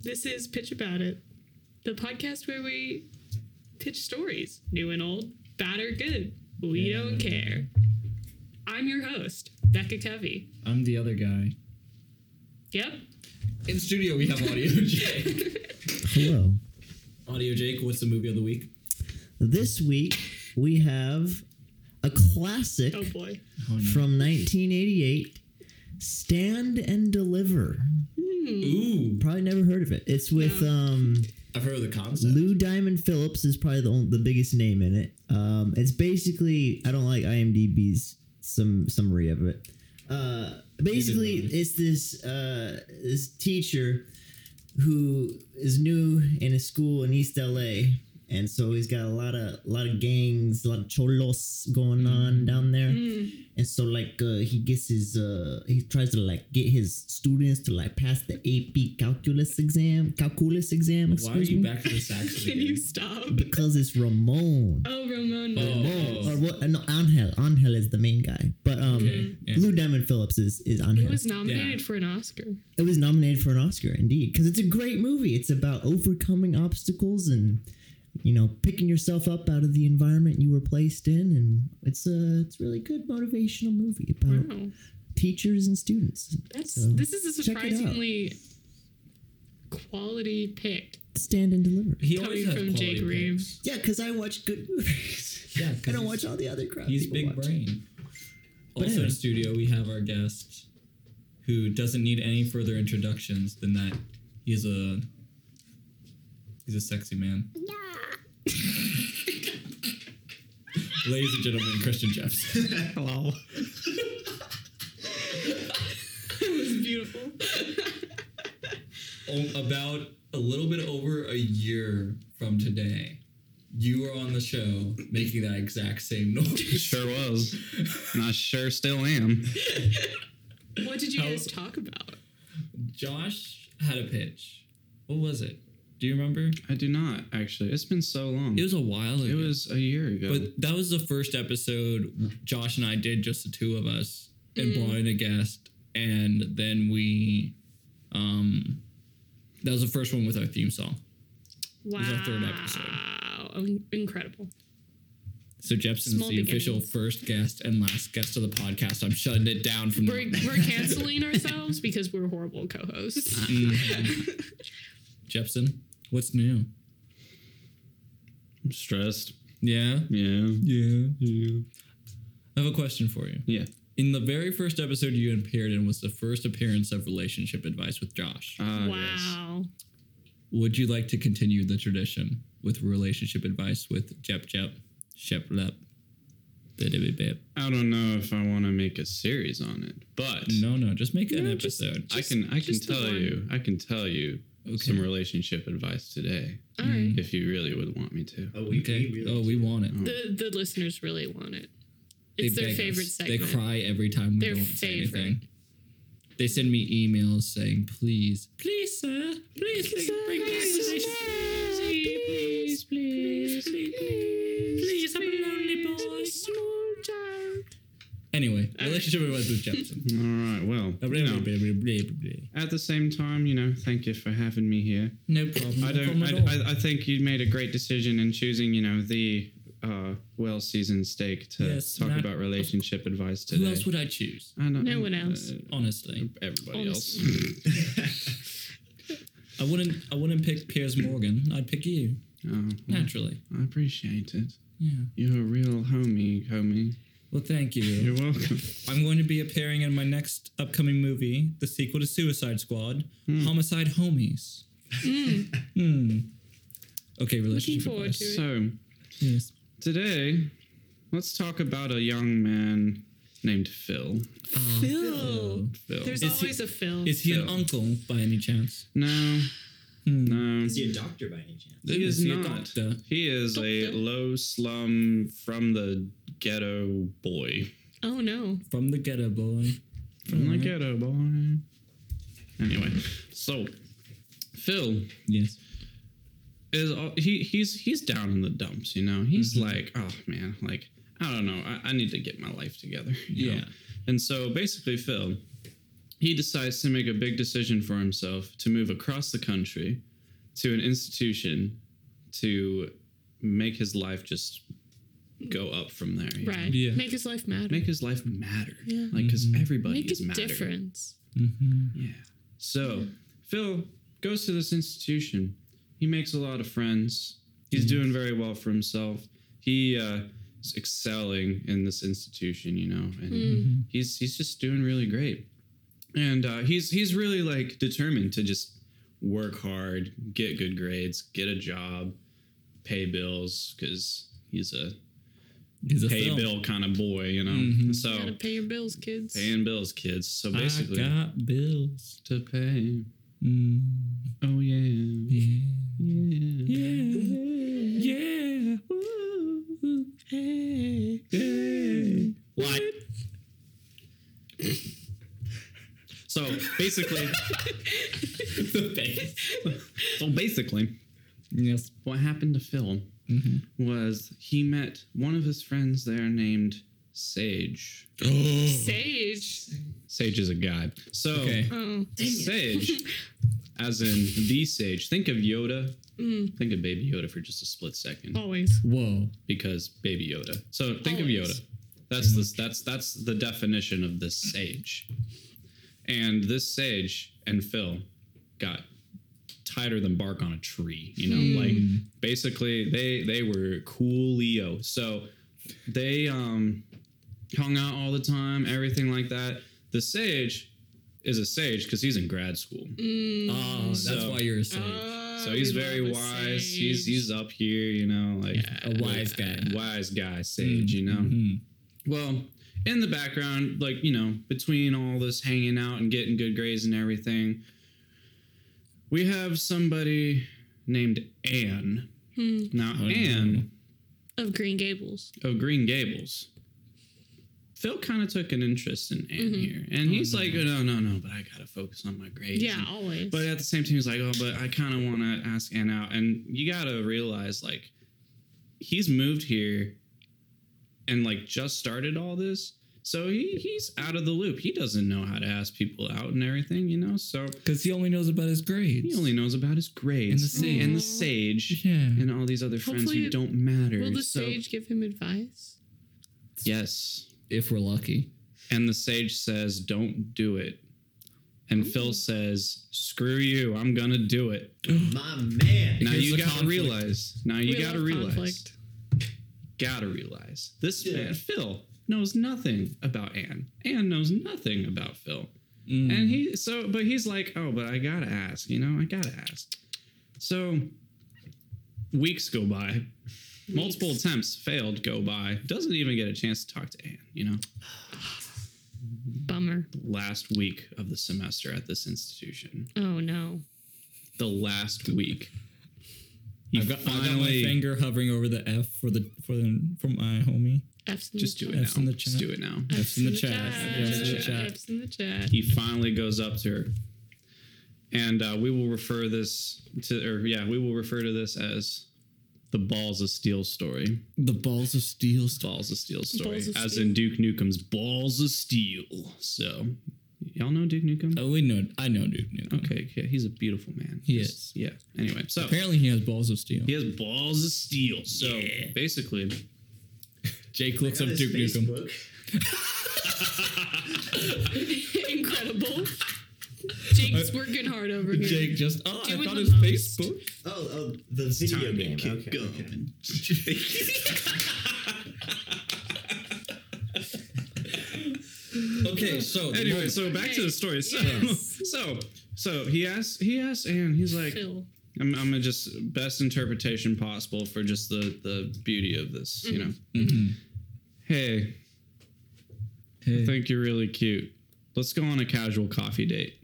This is Pitch About It, the podcast where we pitch stories, new and old, bad or good. We don't care. I'm your host, Becca Covey. I'm the other guy. Yep. In studio, we have Audio Jake. Hello. Audio Jake, what's the movie of the week? This week we have a classic Oh boy. from 1988, Stand and Deliver. Ooh, Probably never heard of it. It's with um, I've heard of the concept. Lou Diamond Phillips is probably the only, the biggest name in it. Um, it's basically I don't like IMDb's some summary of it. Uh, basically, Neither do I. it's this uh, this teacher who is new in a school in East LA, and so he's got a lot of lot of gangs, a lot of cholos going Mm-hmm. on down there. Mm. And so like uh, he gets his uh, he tries to like get his students to like pass the AP calculus exam, calculus exam. Why are excuse you me back to the sax Can you again? stop? because it's Ramon. Oh, Ramon. Or Oh, what? uh, No, Angel. Angel is the main guy, but um, Okay, yeah. Lou Diamond Phillips is is Angel. He was nominated Yeah. for an Oscar. it was nominated for an Oscar, indeed, because it's a great movie. It's about overcoming obstacles and you know picking yourself up out of the environment you were placed in, and it's a it's a really good motivational movie Oh. about Wow. teachers and students. That's So, this is a check it out. surprisingly quality pick. Stand and deliver. he Coming always has from quality Jake picks. Reeves. Yeah, because I watch good movies. Yeah, 'cause I don't he's- watch all the other crap. He's people big watch. brain. Also anyway. in studio, we have our guest, who doesn't need any further introductions than that he's a he's a sexy man. Ladies and gentlemen, Christian Jeffs. Hello. It was beautiful. o- about a little bit over a year from today, you were on the show making that exact same noise. Sure was. And I sure still am. What did you How- guys talk about? Josh had a pitch. What was it? Do you remember? I do not, actually. It's been so long. It was a while ago. It was a year ago. But that was the first episode Josh and I did, just the two of us, and brought in a guest. And then we, um, that was the first one with our theme song. Wow. was our third episode. In- Incredible. So Jepson's Small the official beginnings. first guest and last guest of the podcast. I'm shutting it down from We're, now on. we're canceling ourselves because we're horrible Uh, co-hosts. Mhm. Jepson, what's new? I'm stressed. Yeah. Yeah. Yeah. Yeah. I have a question for you. Yeah. In the very first episode you appeared in was the first appearance of relationship advice with Josh. Ah, yes. wow. Would you like to continue the tradition with relationship advice with Jep Jep, Shep Lep, Bidibibib? I don't know if I want to make a series on it, but No, no, just make an No, just- episode. I can I can just the tell one. you I can tell you Okay. some relationship advice today All right. if you really would want me to. Oh, we, okay. we really Mm. oh, we want it. The the listeners really want it. It's their beg favorite us. segment. They cry every time we Their don't favorite. say anything. They send me emails saying, "Please, please, sir, please, bring back relationship. Please, please, please, please, I'm a lonely boy, small child." Anyway, relationship advice with Jepson. All right. Well, you know, at the same time, you know, thank you for having me here. No problem. no I don't. problem I, at all. I, I think you made a great decision in choosing, you know, the uh, well-seasoned steak to Yes, talk not- about relationship advice Who today. else would I choose? I don't- No one else. uh, Honestly, everybody else. I wouldn't. I wouldn't pick Piers Morgan. I'd pick you Oh, well, naturally. I appreciate it. Yeah. You're a real homie, homie. Well, thank you. You're welcome. I'm going to be appearing in my next upcoming movie, the sequel to Suicide Squad, Hmm. Homicide Homies. Hmm. Okay, Looking relationship forward advice. to it. so Yes. today, let's talk about a young man named Phil. Phil. Phil. There's Is he- always a Phil. Is he an Oh. So- uncle by any chance? no, Hmm. no. Is he a doctor by any chance? He Is is, he a not. doctor? He is a Doctor? low slum from the ghetto boy. oh no. From the ghetto boy. From the Alright. ghetto boy. Anyway, so Phil Yes. is all, he he's he's down in the dumps. You know, he's like, oh man, like I don't know. I, I need to get my life together. you know? Yeah. And so basically, Phil, he decides to make a big decision for himself to move across the country to an institution to make his life just go up from there. you know? Right. Yeah. Make his life matter. Make his life matter. Yeah. Like, because everybody Make is a matter. difference. Mm-hmm. Yeah. So Phil goes to this institution. He makes a lot of friends. Mm-hmm. He's doing very well for himself. He uh, is excelling in this institution, you know, and he's he's just doing really great. And uh, he's he's really like determined to just work hard, get good grades, get a job, pay bills because he's a He's a pay film. Mm-hmm. bill kind of boy, you know. So Gotta pay your bills, kids. paying bills, kids. So basically, I got bills. to pay. Mm, Oh yeah. yeah. Yeah. Yeah. Yeah. Woo. Hey. Hey. What? so basically, the face. so basically, Yes. what happened to Phil was he met one of his friends there named Sage. Sage. Sage is a guy. So Okay. Oh. Sage, as in the Sage. Think of Yoda. Think of Baby Yoda for just a split second. Always. Whoa. because Baby Yoda. So Always. think of Yoda. That's this. That's that's the definition of this sage. And this sage and Phil got tighter than bark on a tree. You know, Hmm. Hmm. like basically they they were cool Leo. So they um hung out all the time, everything like that. The sage is a sage because he's in grad school. Mm. Oh, that's So- why you're a sage. uh, So he's we very love a wise. He's sage. he's up here, you know, like a wise guy. Mm-hmm. wise guy sage, you know. Well, in the background, like you know, between all this hanging out and getting good grades and everything, we have somebody named Anne. Now, Anne of Green Gables. of Green Gables. Phil kind of took an interest in Anne here, and he's like, "Oh, "No, no, no!" But I gotta focus on my grades. Yeah, and always. but at the same time, he's like, oh, but I kind of want to ask Ann out. And you got to realize, like, he's moved here and, like, just started all this. So he, he's out of the loop. He doesn't know how to ask people out and everything, you know? So Because he only knows about his grades. he only knows about his grades And the sage. and the sage Yeah. and all these other friends Hopefully- who don't matter. Will the so, sage give him advice? Yes. if we're lucky. And the sage says, don't do it. And Phil says, screw you, I'm going to do it. My man. Now Here's you the gotta conflict. realize. Now you We gotta love realize. conflict. Gotta realize. This Yeah. man, Phil, knows nothing about Anne. Anne knows nothing about Phil. Mm. And he so but he's like, oh, but I gotta ask, you know, I gotta ask. So weeks go by. Multiple attempts failed go by. Doesn't even get a chance to talk to Anne, you know. Bummer. Last week of the semester at this institution. Oh no. The last week. He I've got, I've got finally- my finger hovering over the F for the for the for my homie. F's in just the do it chat. That's now. in the Just chat. do it now. F's in the chat. F's in the chat. F's in the chat. he finally goes up to her and uh, we will refer this to or yeah we will refer to this as the balls of steel story The balls of steel. balls of steel story Balls of as Steel. in duke nukem's balls of steel so y'all know duke nukem Oh, we know. I know, dude. Nukem. okay yeah he's a beautiful man He He's- is. yeah anyway so Apparently, he has balls of steel. he has balls of steel so basically Jake looks up Got his Duke Nukem. Facebook. Incredible. Jake's working hard over here. Jake just. Oh, Do I it found the his most. Facebook. Oh, oh, the video Time to game. get Okay, okay. going. Okay, so anyway so back to the story so Yes. so so he asks he asks and he's like Phil. I'm, I'm gonna just best interpretation possible for just the the beauty of this, you know. Hey, I think you're really cute. Let's go on a casual coffee date.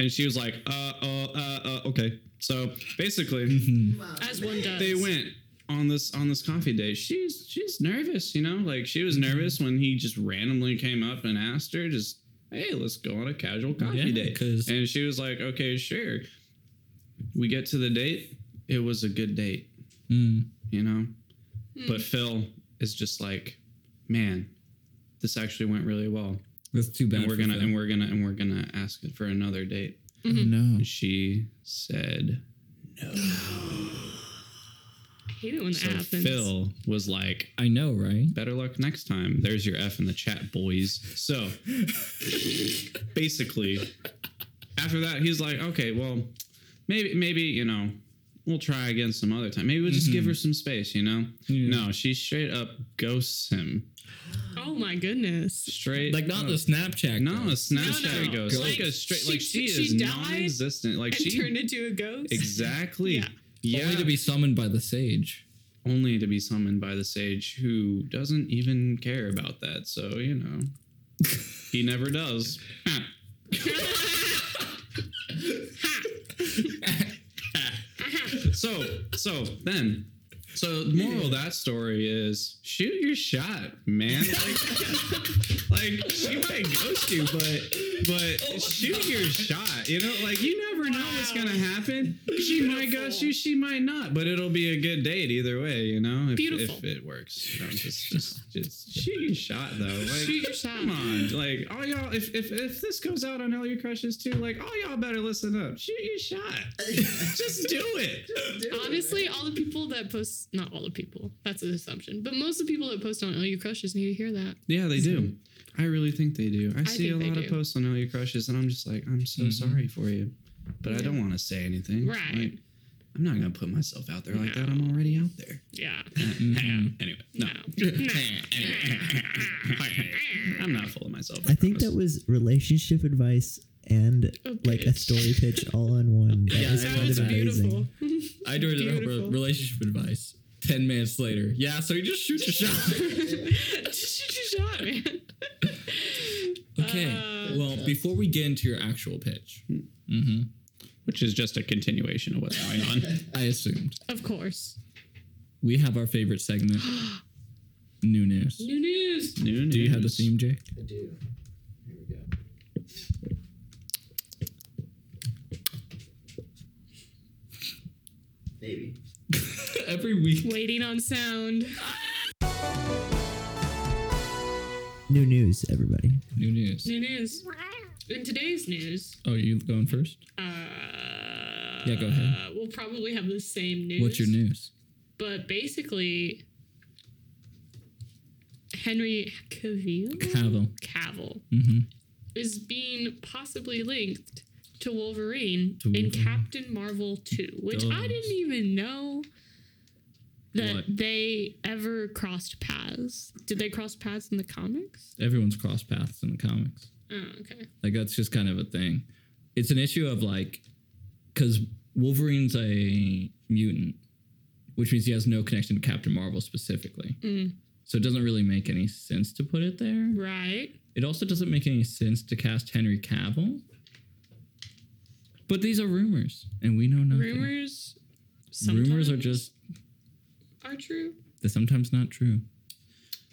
And she was like, uh, uh, uh, uh okay. So basically, As one does. they went on this on this coffee date. She's she's nervous, you know. Like she was nervous when he just randomly came up and asked her, just hey, let's go on a casual coffee Yeah, date. 'cause- And she was like, okay, sure. We get to the date. It was a good date Mm. you know? But Phil is just like, man, this actually went really well. That's too bad. and we're for gonna Phil. and we're gonna and we're gonna ask it for another date. no. Mm-hmm. And she said I hate it when that so happens. Phil was like, I know, right? better luck next time. There's your F in the chat, boys. So basically, after that, he's like, okay, well, maybe, maybe, you know, we'll try again some other time. Maybe we'll just Mm-hmm. give her some space, you know? Yeah. No, she straight up ghosts him. Oh my goodness. Straight Like Uh, not the Snapchat. No, though. a Snapchat No, no. ghost. Like, Like, a straight she- like she, she is died non existent. Like And she turned into a ghost. Exactly. Yeah. Yeah. Only to be summoned by the sage. only to be summoned by the sage who doesn't even care about that. So, you know, he never does. Ha. so, so then, so the moral of that story is shoot your shot, man. Like, like she might ghost you, but but shoot your shot. You know, like you never know what's Wow. gonna happen. She might ghost Beautiful. you, she might not, but it'll be a good date either way. You know, if, Beautiful. if it works. No, just, just, just shoot your shot though. Like, Shoot your shot. Come on, like all y'all. If, if if this goes out on all your crushes too, like all y'all better listen up. Shoot your shot. just do it. Honestly, all the people that post, not all the people, that's an assumption, but most of the people that post on All Your Crushes need to hear that. Yeah, they do. I really think they do. I, see a think they lot of do. Mm-hmm. posts on all your crushes, and I'm just like, I'm so sorry for you, but I don't want to say anything. Right. Like, I'm not gonna put myself out there like that. No. I'm already out there. Yeah. anyway, no. No. I'm not full of myself. I think that was relationship advice and A like a pitch. story pitch all in one. That Yeah, was That kind was of amazing. beautiful. I do it Beautiful. relationship advice. Ten minutes later. Yeah, so you just shoot your shot. Just shoot your shot, man. okay. Uh, well, before we get into your actual pitch, which is just a continuation of what's going on. I assumed Of course. we have our favorite segment, new news. New news. New news. Do you have the theme, Jake? I do. Here we go. Maybe. Every week. Waiting on sound. New news, everybody. New news. New news. In today's news, Oh, you going first? uh, Yeah, go ahead. We'll probably have the same news. What's your news? But basically, Henry Cavill. Cavill. Cavill Mm-hmm. is being possibly linked to Wolverine To in Wolverine. Captain Marvel 2, which I Does. didn't even know that What? they ever crossed paths. Did they cross paths in the comics? Everyone's crossed paths in the comics. Oh, okay. Like that's just kind of a thing. It's an issue of like, because Wolverine's a mutant, which means he has no connection to Captain Marvel specifically. Mm, So it doesn't really make any sense to put it there. Right. It also doesn't make any sense to cast Henry Cavill. But these are rumors, and we know nothing. Rumors. rumors are sometimes just are true. they're sometimes not true.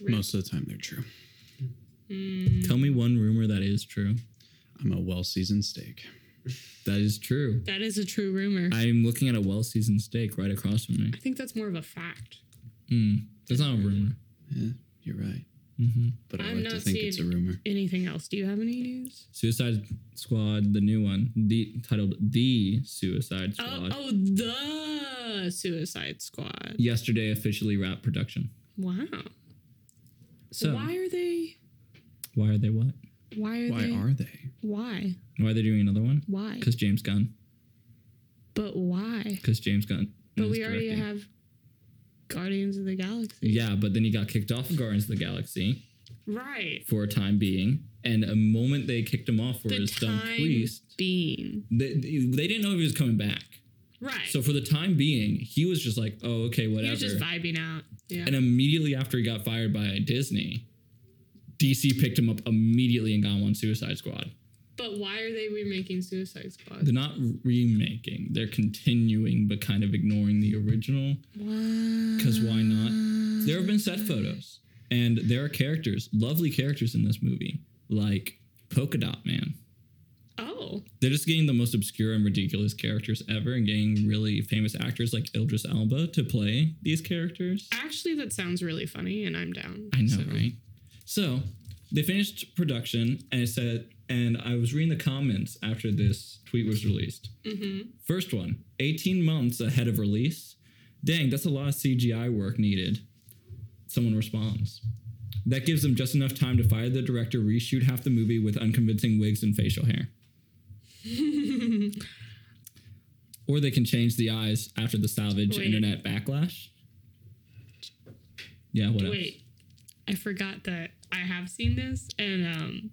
Most of the time, they're true. Mm, Tell me one rumor that is true. I'm a well-seasoned steak. That is true. That is a true rumor. I, I'm looking at a well-seasoned steak right across from me. think that's more of a fact. Mm, that's not a rumor. Yeah, you're right. Mm-hmm. But I I'm like to not think it's a seeing- rumor. Anything else? Do you have any news? Suicide Squad, the new one, the titled The Suicide Oh, Squad. oh, the Suicide Squad. Yesterday officially wrapped production. Wow. So why why, are they? are they what? Why are Why they? are they? why? Why are they doing another one? Why? Because James Gunn. But why? Because James Gunn. But is we already directing. have Guardians of the Galaxy. Yeah, but then he got kicked off of Guardians of the Galaxy Right. for a time being, and a moment they kicked him off for The his dumb time priest. being. They, they they didn't know if he was coming back. Right. So for the time being, he was just like, "Oh, okay, whatever." you're just vibing out. Yeah. And immediately after he got fired by Disney, DC picked him up immediately and got him on Suicide Squad. but why are they remaking Suicide Squad? They're not remaking, they're continuing, but kind of ignoring the original. wow. Because why not? There have been set photos, and there are characters, lovely characters in this movie, like Polka Dot Man. Oh. They're just getting the most obscure and ridiculous characters ever and getting really famous actors like Idris Elba to play these characters. Actually, that sounds really funny, and I'm down. I know, so. right? So they finished production and it said and i was reading the comments after this tweet was released Mm-hmm. first one 18 months ahead of release dang that's a lot of cgi work needed someone responds that gives them just enough time to fire the director reshoot half the movie with unconvincing wigs and facial hair or they can change the eyes after the salvage Wait. internet backlash yeah what else? Wait, I forgot that I have seen this, and um,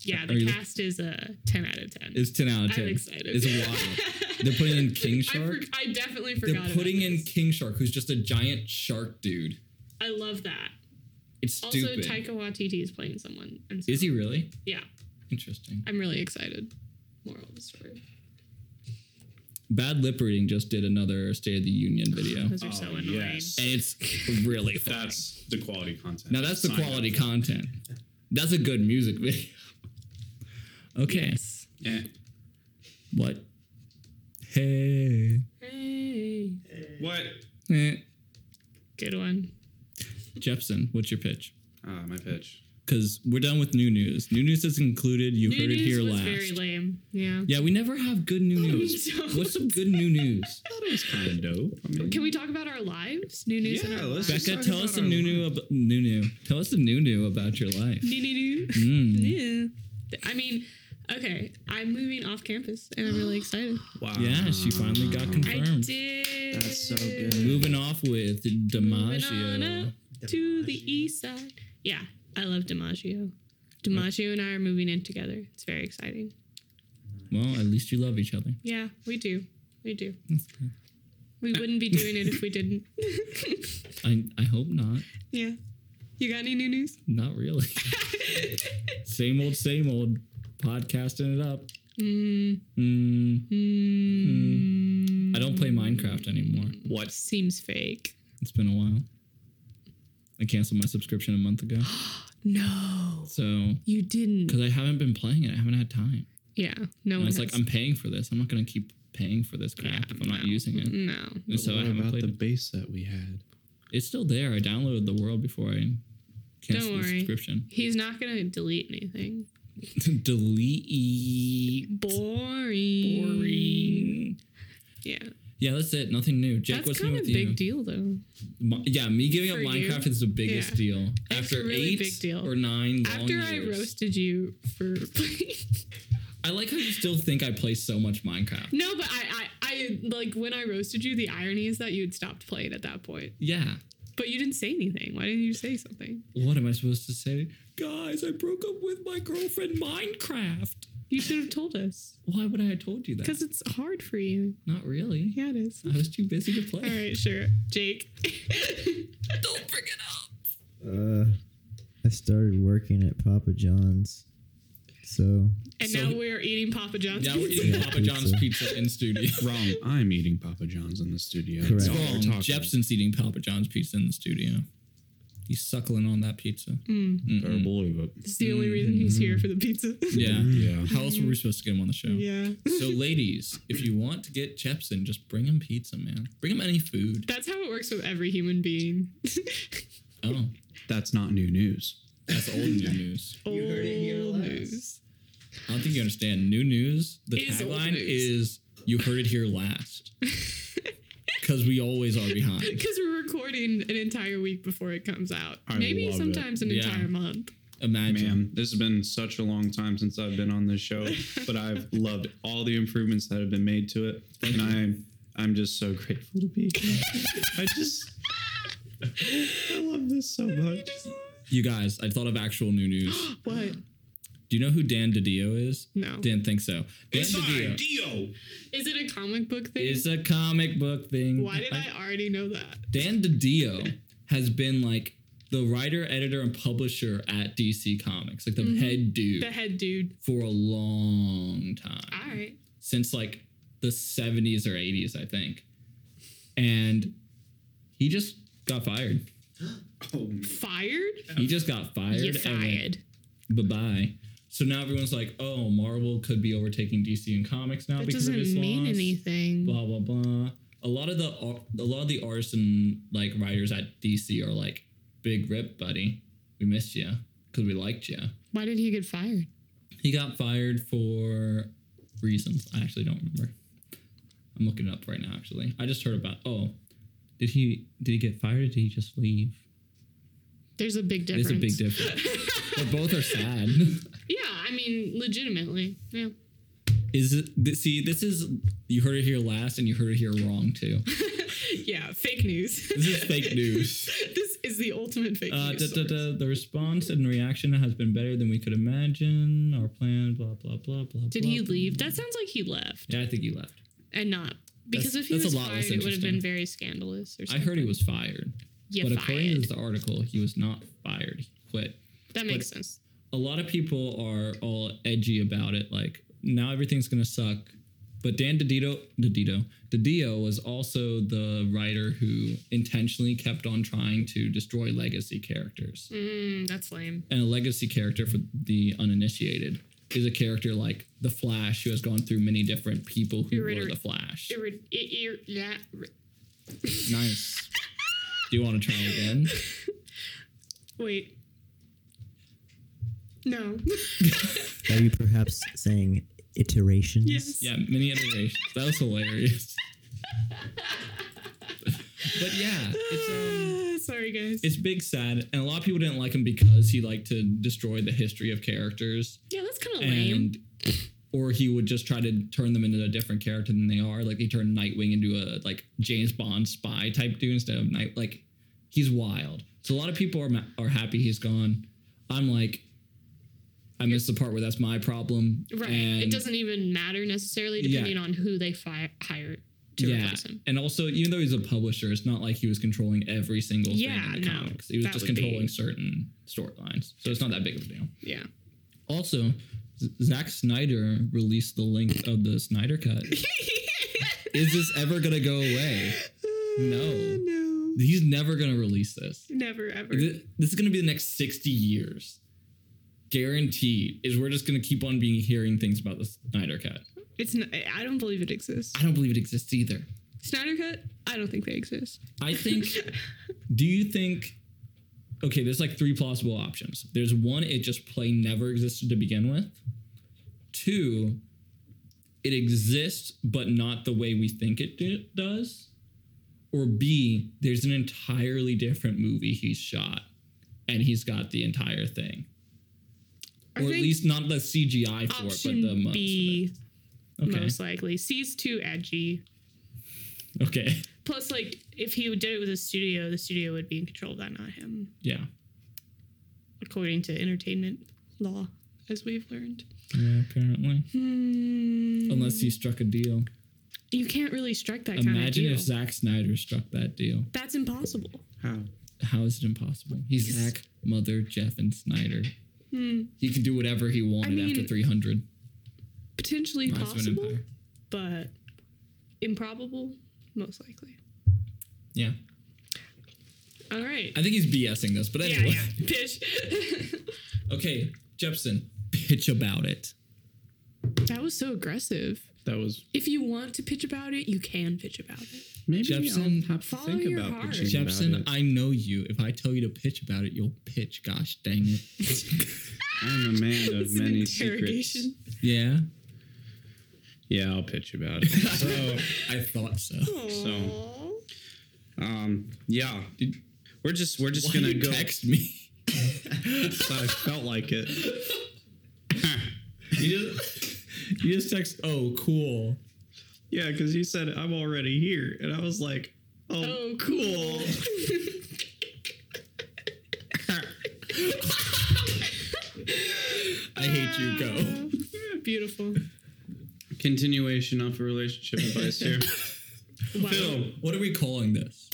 yeah, Are the you- cast is a ten out of ten. It's ten out of ten. I'm excited. It's wild. They're putting in King I, for- Shark. I definitely forgot. They're about putting in this. King Shark, who's just a giant shark dude. I love that. It's Also, stupid. Taika Waititi is playing someone. And so, Is he really? Yeah, Interesting. I'm really excited. Moral of the story. Bad lip reading just did another State of the Union video, and Those are so Oh, annoying. yes. it's really fun. That's the quality content. now that's the Sign up. quality content. That's a good music video. Okay. Eh, What? Hey. Hey, what? Eh. good one. Jepson, what's your pitch? Ah, my pitch. Because we're done with new news. New news is included. You New heard it news here was last. very lame. Yeah. Yeah, we never have good new we news. don't. What's some good new news? Kind of dope. I mean, Can we talk about our lives? New news. Yeah, in our let's lives. just- Becca, talk tell about us our some new new ab- new new. Tell us some new new about your life. New, new, new. Mm. Yeah. I mean, okay, I'm moving off campus and I'm really excited. wow. Yeah, she finally got I confirmed. did. That's so good. Moving off with Moving on DiMaggio. up to the east side. Yeah, I love DiMaggio. DiMaggio and I are moving in together. It's very exciting. Well, at least you love each other. Yeah, we do. We do. We wouldn't be doing it if we didn't. I I hope not. yeah. You got any new news? Not really. same old, same old. Podcasting it up. Mm. I don't play Minecraft anymore. What? Mm-hmm. Seems fake. It's been a while. I canceled my subscription a month ago. No, So you didn't. because I haven't been playing it. I haven't had time. Yeah, no And one. it's has- like I'm paying for this. I'm not gonna keep paying for this crap if I'm not using it. no. And so I what haven't about played the it. base that we had? It's still there. I downloaded the world before I canceled Don't the worry. subscription. He's not gonna delete anything. Delete. Boring. Boring. Yeah. Yeah, that's it. Nothing new. Jake, That's what's new kind of with a you? big deal though. Mi- yeah, me giving up For you? Minecraft is the biggest Yeah. deal. a After really eight big deal. or nine long After I years. roasted you for I like how you still think I play so much Minecraft. No, but I, I I like when I roasted you, the irony is that you had stopped playing at that point. Yeah. But you didn't say anything. Why didn't you say something? What am I supposed to say? Guys, I broke up with my girlfriend Minecraft. You should have told us. Why would I have told you that? Because it's hard for you. Not really. Yeah, it is. I was too busy to play. All right, sure. Jake. Don't bring it up. Uh, I started working at Papa John's, so And So- now we're eating Papa John's. Now we're pizza. eating Papa John's pizza in studio. Wrong. I'm eating Papa John's in the studio. Correct. That's all we're Wrong. talking. Jepson's eating Papa John's pizza in the studio. He's suckling on that pizza. Mm. Mm-mm. Better believe it. It's the Mm. only reason he's here for the pizza. Yeah. Mm. Mm. Yeah. How else were we supposed to get him on the show? yeah. So, ladies, if you want to get Jepson, just bring him pizza, man. Bring him any food. That's how it works with every human being. Oh, That's not new news. that's old new news. You heard it here Old last. news. I don't think you understand. New news. The Is old tagline news. is "You heard it here last," because we always are behind. Because we're recording an entire week before it comes out. I Maybe love it. sometimes an Yeah. entire month. Imagine. Man, this has been such a long time since I've been on this show, but I've loved all the improvements that have been made to it, and I'm I'm just so grateful to be here. I just I love this so much. You guys, I thought of actual new news. What? Do you know who Dan DiDio is? No. Dan thinks so. Dan DiDio Dio. Is it a comic book thing? is a comic book thing. Why did I already know that? Dan DiDio has been like the writer, editor, and publisher at DC Comics, like the Mm-hmm. head dude The head dude. for a long time. All right. since like the 70s or 80s, I think. And he just got fired. Fired? He just got fired. You fired. Bye bye. So now everyone's like, oh, Marvel could be overtaking DC in comics now That because doesn't of his mean loss. anything. Blah blah blah. A lot of the ar- a lot of the artists and like writers at DC are like, big rip, buddy. We missed you. because we liked you. Why did he get fired? He got fired for reasons. I actually don't remember. I'm looking it up right now. Actually, I just heard about. Oh, did he did he get fired? Or did he just leave? There's a big difference. It's a big difference. but both are sad. Yeah, I mean, legitimately. Yeah. Is it, th- see this is you heard it here last and you heard it here wrong too. Yeah, fake news. This is fake news. this is the ultimate fake Uh, news. da, da, da, the response and reaction has been better than we could imagine. Our plan, blah blah blah blah. Did blah, he blah. leave? That sounds like he left Yeah, I think he left. and not. Because That's- if he that's a was lot less fired, it would have been interesting. very scandalous or I something. heard he was fired, Yeah, but according fired. to the article, he was not fired. He quit. That makes sense. A lot of people are all edgy about it. Like now everything's gonna suck. But Dan DiDio, DiDio, DiDio was also the writer who intentionally kept on trying to destroy legacy characters. Mm, that's lame. and a legacy character for the uninitiated is a character like the Flash who has gone through many different people who were Irriter- the Flash. Irre- ir- ir- yeah. r- nice. Do you want to try again? Wait. No. Are you perhaps saying iterations? yes. Yeah, many iterations. That was hilarious. but yeah, it's um, Ah, sorry, guys. it's big sad, and a lot of people didn't like him because he liked to destroy the history of characters. yeah, that's kind of lame. and or he would just try to turn them into a different character than they are. Like he turned Nightwing into a like James Bond spy type dude instead of Night. Like he's wild. So a lot of people are ma- are happy he's gone. I'm like, I miss the part where that's my problem. Right. it And- doesn't even matter necessarily Yeah. depending on who they fi- hire to replace him. and also even though he's a publisher, it's not like he was controlling every single Yeah, thing in the no, comics. He was that just would be- controlling certain storylines, so it's not that big of a deal. Yeah. Also, Z- Zack Snyder released the link of the Snyder Cut. Is this ever gonna go away? No. No. He's never gonna release this. Never ever. Th- This is gonna be the next 60 years. Guaranteed is we're just gonna keep on being hearing things about the Snyder Cut. It's n I don't believe it exists. I don't believe it exists either. Snyder Cut? I don't think they exist. I think do you think okay, there's like three plausible options. There's one, it just plain never existed to begin with. Two, it exists but not the way we think it do- does. Or B, there's an entirely different movie he's shot and he's got the entire thing. I or at think least not the CGI for it, but the option most. B of it. Okay. most likely. C's too edgy. Okay. Plus, like if he did it with a studio, the studio would be in control of that, not him, Yeah. according to entertainment law, as we've learned. Yeah, apparently. Hmm. Unless he struck a deal. You can't really strike that kind of Imagine deal. if Zack Snyder struck that deal. That's impossible. How? How is it impossible? He's Zack, Mother, Jeff, and Snyder. He can do whatever he wanted after Hmm. mean, 300. Potentially Rise of an possible, Empire. but improbable, most likely. Yeah. All right. I think he's BSing this, but Yeah, anyway. yeah. Pitch. Okay, Jepson, pitch about it. that was so aggressive. That was If you want to pitch about it, you can pitch about it. maybe Jepson, I'll have to follow think your about heart. pitching about Jepson, it. I know you. If I tell you to pitch about it, you'll pitch. Gosh dang it. I'm a man of It's an many secrets. interrogation. yeah? Yeah, I'll pitch about it. So, Oh, I thought so. Oh. so Aw. um, yeah, we're just we're just Why gonna you go. text me? I felt like it. You just, you just text, oh, cool. Yeah, because you said I'm already here, and I was like, oh, Oh, cool. I hate you. Go. Beautiful. continuation of a relationship advice here. Wow. Phil, What are we calling this?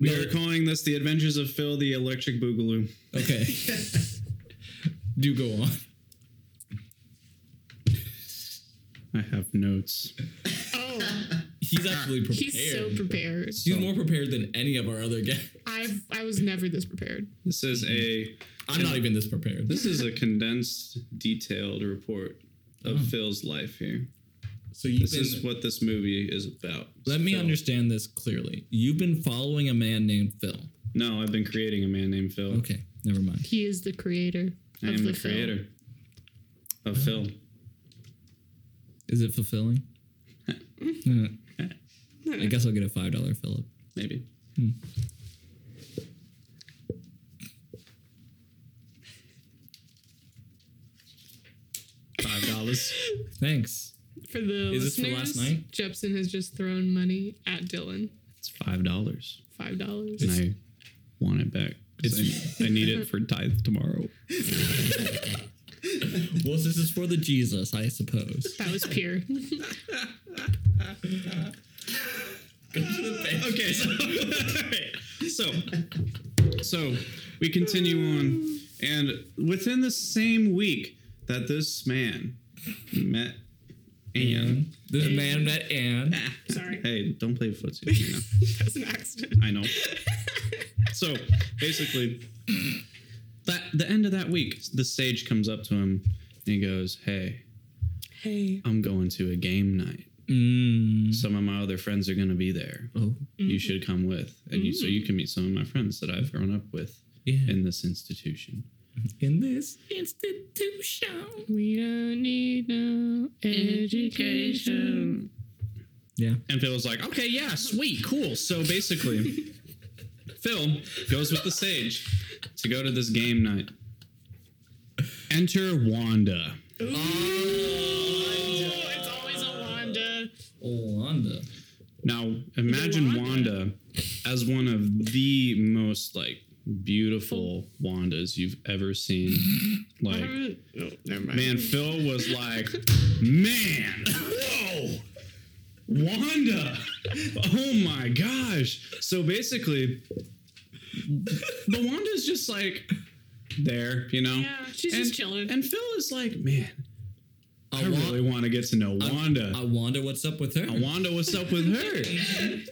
we are calling this the Adventures of Phil, the Electric Boogaloo. Okay. Do go on. I have notes. Oh, He's actually prepared. he's so prepared. He's more prepared than any of our other guests. I've I was never this prepared. This is a I'm not even this prepared. this is a condensed, detailed report of Phil's life here. so you've This Hmm. been, is what this movie is about. let me Phil. understand this clearly. You've been following a man named Phil. No, I've been creating a man named Phil. Okay, never mind. He is the creator. I Of am the the, film. creator of film. Is it fulfilling? I guess I'll get a five dollar Philip. Maybe. Five dollars. Thanks. For the Is this for listeners, last night? Jepson has just thrown money at Dylan. It's five dollars, Five dollars. and I want it back. 'cause I, I need it for tithe tomorrow. Well, this is for the Jesus, I suppose. That was pure. okay, so so so we continue on, and within the same week that this man met Anne. This man met Anne. Mm-hmm. Sorry. Hey, don't play footsie. You know. that was an accident. I know. so basically, that the end of that week, the sage comes up to him and he goes, "Hey, Hey. I'm going to a game night. Mm. Some of my other friends are going to be there. Oh, You should come with, and you, so you can meet some of my friends that I've grown up with yeah. in this institution." in this institution. We don't need no education. Yeah. And Phil was like, "Okay, yeah, sweet, cool." So basically, Phil goes with the sage to go to this game night. Enter Wanda. Oh, It's always a Wanda. Olanda. Now imagine Wanda. Wanda. as one of the most like beautiful Wandas you've ever seen. Like Oh, never mind. man, Phil was like, man, whoa, Wanda, oh my gosh. So basically, the Wanda's just like there, you know. Yeah, she's and, just chilling. And Phil is like, man, I, I, really want to get to know Wanda. I wonder what's up with her. And Wanda, what's up with her?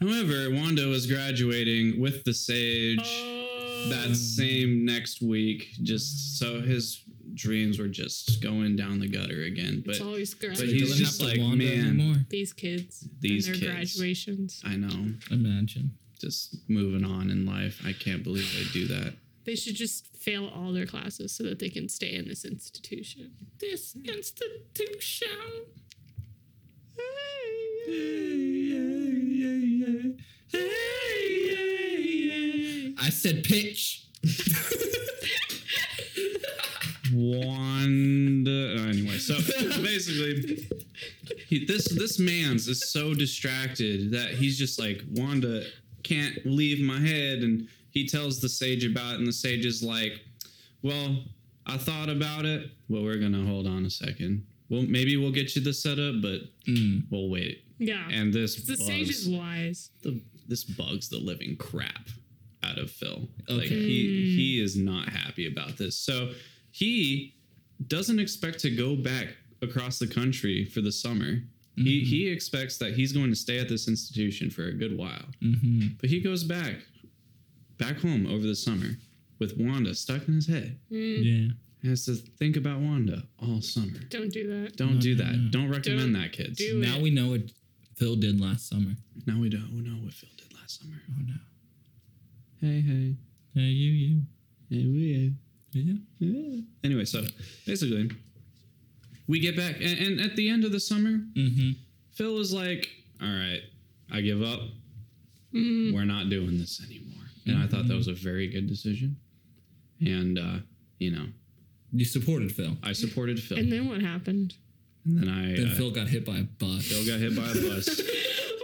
However, Wanda was graduating with the Sage oh, that same next week. Just so his dreams were just going down the gutter again. But it's always great. but he's Doesn't just have to like, wander man. Anymore. these kids These and their kids. graduations. I know, Imagine. just moving on in life. I can't believe I do that. They should just fail all their classes so that they can stay in this institution. This institution. I said pitch. Wanda. uh, Anyway, so basically, he, this this man's is so distracted that he's just like Wanda can't leave my head, and he tells the sage about, it, and the sage is like, "Well, I thought about it. Well, we're gonna hold on a second. Well, maybe we'll get you the setup, but Mm. we'll wait." Yeah. And this the bugs, sage is wise. the, this bugs the living crap out of Phil. Like Okay. he he is not happy about this. So he doesn't expect to go back across the country for the summer. He Mm-hmm. he expects that he's going to stay at this institution for a good while. Mm-hmm. Mm. But he goes back back home over the summer with Wanda stuck in his head. Yeah. He has to think about Wanda all summer. Don't do that. Don't do that. Don't recommend Mm-hmm. Don't that, kids. do Now we know what Phil did last summer. Now we don't know what Phil did last summer. Oh no. Hey, hey. Hey you, you, Hey, we. yeah. Anyway, so basically, we get back, and, and at the end of the summer, Mm-hmm. Phil is like, "All right, I give up. Mm-hmm. We're not doing this anymore." And I thought that was a very good decision, and uh, you know, You supported Phil. I supported Phil, And then what happened? and then I Then uh, Phil got hit by a bus. Phil got hit by a bus.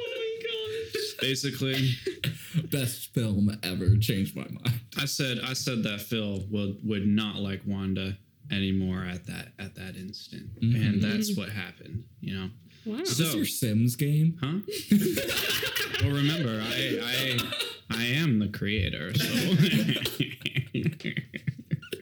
Oh my gosh. basically, Best film ever. Changed my mind. I said I said that Phil would would not like Wanda anymore at that at that instant, Mm-hmm. and that's what happened. You know, Wow. Is this So- your Sims game? Huh? well, remember, I, I I am the creator, so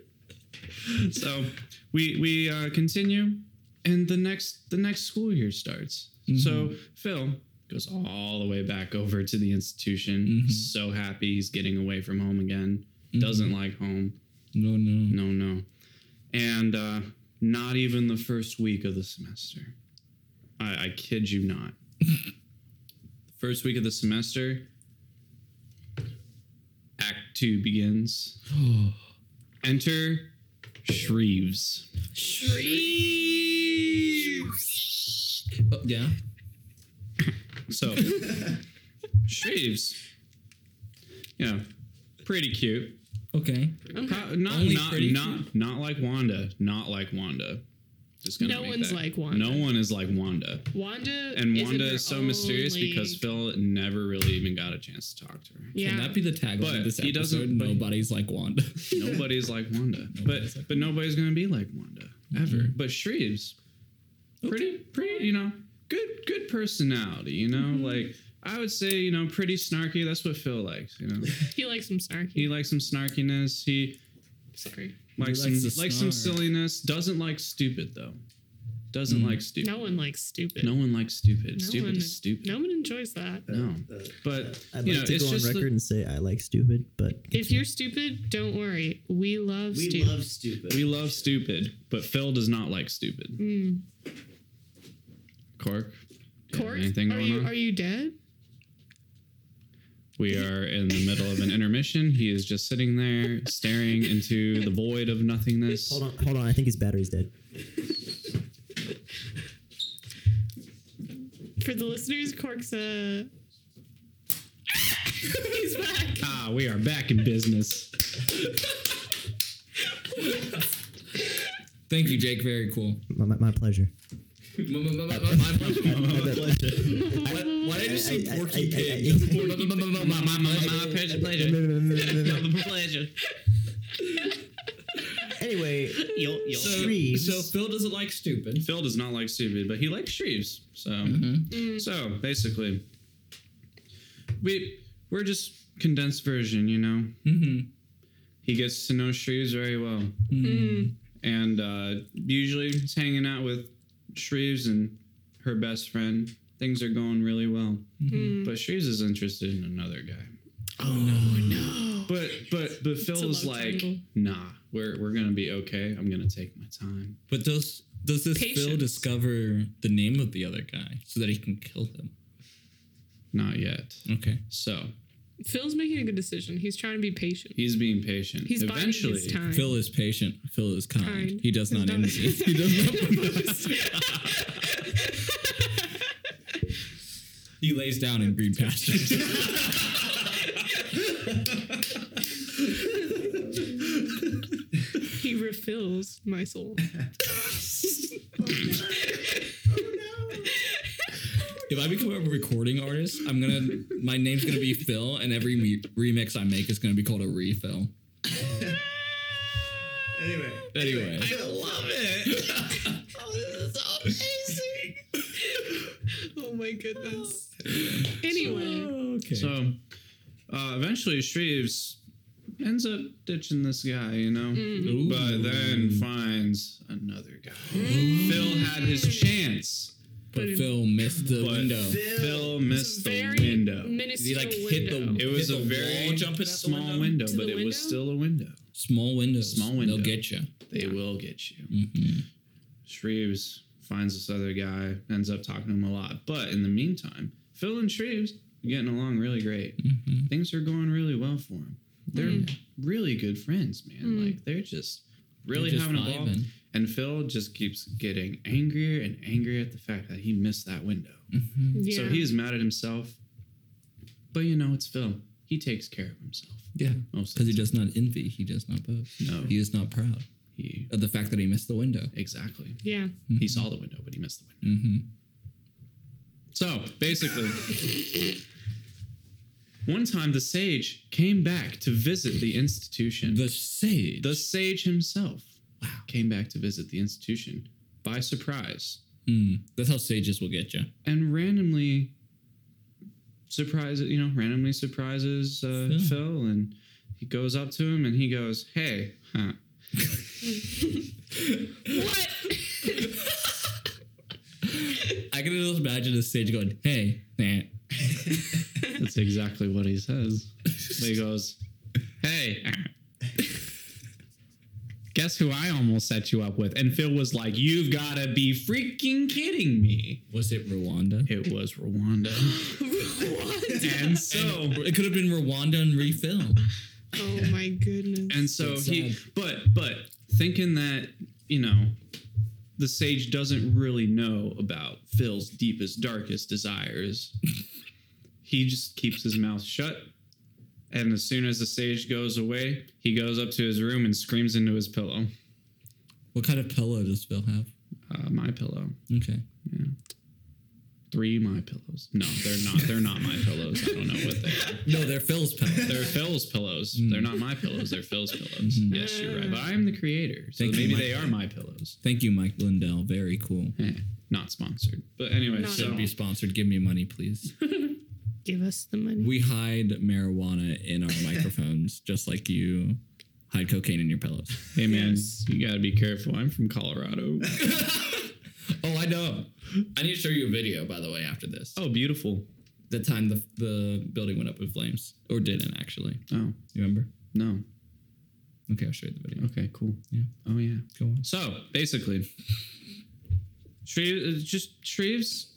so we we uh, continue, and the next the next school year starts. So Phil goes all the way back over to the institution. He's so happy he's getting away from home again. Doesn't like home. No, no. No, no, and uh, not even the first week of the semester. I, I kid you not first week of the semester, Act Two begins. Enter Shreves. Shreves. Oh, yeah. So, Shreves. Yeah, pretty cute. Okay. Pro- not Only not pretty not not like Wanda. Not like Wanda. Just gonna No make one's that- like Wanda. No one is like Wanda. Wanda And is in Wanda her is so own mysterious league. because Phil never really even got a chance to talk to her. yeah, Can that be the tagline But of this he doesn't- episode? but- Nobody's like Wanda. Nobody's like Wanda. but Nobody's like but nobody's gonna be like Wanda ever. But Shreve's pretty pretty, you know, good good personality, you know? Like I would say, you know, pretty snarky. That's what Phil likes, you know. he likes some snarky. he likes some snarkiness. He Sorry, likes likes some to likes some snark. silliness. Doesn't like stupid though. Doesn't like stupid. no one likes stupid. No one likes stupid. No stupid one- is stupid. No one enjoys that. No. But I'd Uh, like you know, to it's go on just the- record and say I like stupid, but If you're stupid, don't worry. We love stupid. stupid. we love stupid, but Phil does not like stupid. Mm. Cork. you have Cork, Anything are going you on? are you dead? We are in the middle of an intermission. He is just sitting there staring into the void of nothingness. hold on, hold on. I think his battery's dead. For the listeners, Cork's uh He's back. Ah, we are back in business. Thank you, Jake. Very cool. My, my, my pleasure. My- my- my- my- my pleasure. My pleasure. Why did I just say I- I- porky I- I- pig? I- My- my- my- my- my- my- my- my- pleasure. anyway, So, Shreves. so Phil doesn't like stupid. Phil does not like stupid, but he likes Shreves. So, Mm-hmm. Mm-hmm. so basically, we we're just condensed version, you know. Mm-hmm. He gets to know Shreves very well, Hmm. and uh, usually he's hanging out with Shreves and her best friend. Things are going really well, Hmm. but Shreves is interested in another guy. Oh no! But but but Phil a is love like, triangle. nah, we're we're gonna be okay. I'm gonna take my time. But does does this Phil Patience. discover the name of the other guy so that he can kill him? Not yet. Okay. So Phil's making a good decision. He's trying to be patient. He's being patient. He's Eventually, buying his time. Phil is patient. Phil is kind. Kind. He does He's not not- envy. he does not. he lays down in green pastures. He refills my soul. Oh, Oh, if I become a recording artist, I'm gonna. My name's gonna be Phil, and every me- remix I make is gonna be called a refill. Anyway. Anyway, love it. oh, this is amazing. Oh my goodness. Oh. Anyway, okay. so uh, eventually, Shreves ends up ditching this guy, you know, Ooh. but then Mm. finds another guy. Phil had his chance, but Phil missed the but window. Phil, missed the very window. minuscule He like hit the. window. it hit was a the wall very jumping at the small window? window, To but it the was window? still a window. Small windows. Small window. They'll get you. They will get you. Mm-hmm. Shreves finds this other guy, ends up talking to him a lot. But in the meantime, Phil and Shreves are getting along really great. Things are going really well for them. They're Mm. really good friends, man. Like they're just really They're just having a ball. vibing. And Phil just keeps getting angrier and angrier at the fact that he missed that window. Mm-hmm. yeah. So he is mad at himself. But you know, it's Phil. He takes care of himself. Yeah. Most of Because the he does not envy. He does not boast. No. He is not proud He of the fact that he missed the window. exactly. yeah. He saw the window, but he missed the window. Mm-hmm. So basically, one time the sage came back to visit the institution. The, The sage. sage himself came back to visit the institution by surprise Mm. That's how sages will get you. and randomly surprises, you know, randomly surprises uh, Phil. Phil and he goes up to him and he goes, Hey, huh. What? I can just imagine a sage going, "Hey, nah." That's exactly what he says. he goes, Hey, guess who I almost set you up with? And Phil was like, You've got to be freaking kidding me. Was it Rwanda? It was Rwanda. and so. It could have been Rwanda and refill. Oh my goodness. And so It's he, sad. but but thinking that you know the sage doesn't really know about Phil's deepest, darkest desires. he just keeps his mouth shut. And as soon as the sage goes away, he goes up to his room and screams into his pillow. What kind of pillow does Phil have? Uh, my pillow. Okay. Three my pillows. No, they're not. They're not my pillows. I don't know what they are. No, they're Phil's pillow. They're Phil's pillows. Hmm. They're not my pillows. They're Phil's pillows. Yes, you're right. But I'm the creator, so Thank you, maybe Mike. they are my pillows. Thank you, Mike Lindell. Very cool. Eh, not sponsored. But anyway, Not so at all. Be sponsored. Give me money, please. Give us the money. We hide marijuana in our microphones, just like you hide cocaine in your pillows. hey man, you gotta be careful. I'm from Colorado. Oh, I know. I need to show you a video, by the way, after this. oh, beautiful. The time the, the building went up in flames, or didn't actually. Oh You remember? no. Okay, I'll show you the video. Okay, cool. Yeah. Oh yeah. Go on. So basically, Shreves, uh, just Shreves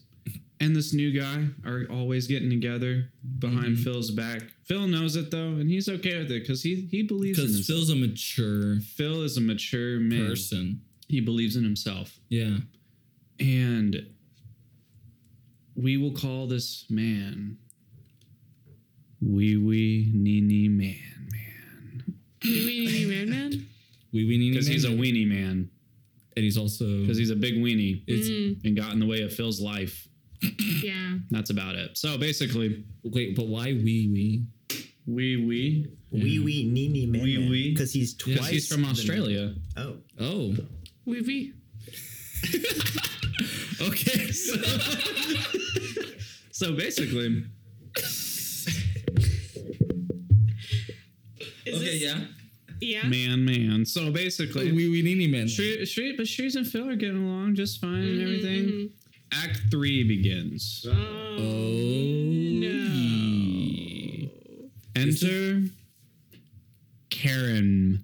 and this new guy are always getting together behind Phil's back. Phil knows it though, and he's okay with it because he he believes in Because himself. Phil's a mature Phil is a mature man. person. He believes in himself, Yeah. and we will call this man Wee Wee Nini Man Man Weenie Man Man? We we need because he's a weenie man and he's also because he's a big weenie Mm, and got in the way of Phil's life. yeah. That's about it. So basically, wait, but why we we? Wee Wee. Wee wee nini man. Wee wee. Because he's twice. Because he's from Australia. Oh. Oh, Wee wee. okay. So basically, okay, yeah. Yeah. man, man. So basically, We we need man. Shre- Shre- but Shrews and Phil are getting along just fine and everything. Act three begins. Mm-hmm. Oh, Enter Karen,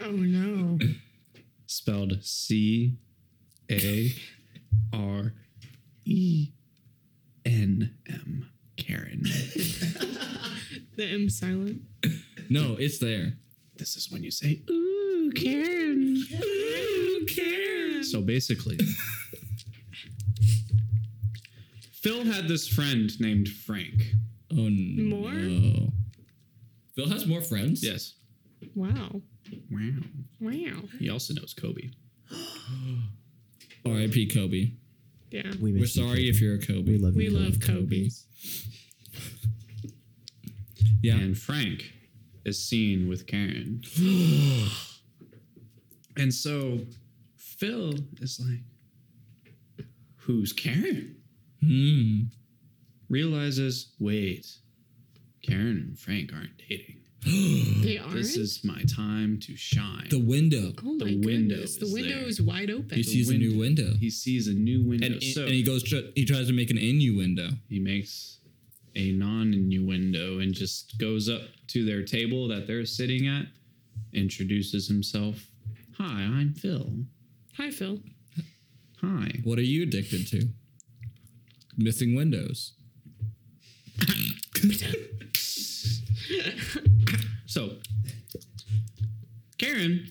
Oh no. spelled C A R E N M. Karen. The M silent. No, it's there. This is when you say, "Ooh, Karen." Who cares? So basically, Phil had this friend named Frank. Oh no. More? Phil has more friends. Yes. Wow. Wow. Wow. He also knows Kobe. R.I.P. Kobe. Yeah. We We're miss you. sorry if you're a Kobe. We love We you. love Kobe. Yeah. And Frank is seen with Karen. and so Phil is like, Who's Karen? Hmm. Realizes, wait, Karen and Frank aren't dating. They aren't. This is my time to shine. The window. oh my the window goodness. The is window there. is wide open. He sees a new window. he sees a new window. And, so and he goes. tr- He tries to make an innuendo. He makes a non innuendo and just goes up to their table that they're sitting at, introduces himself. Hi, I'm Phil. Hi Phil. Hi. What are you addicted to? Missing windows. So, Karen,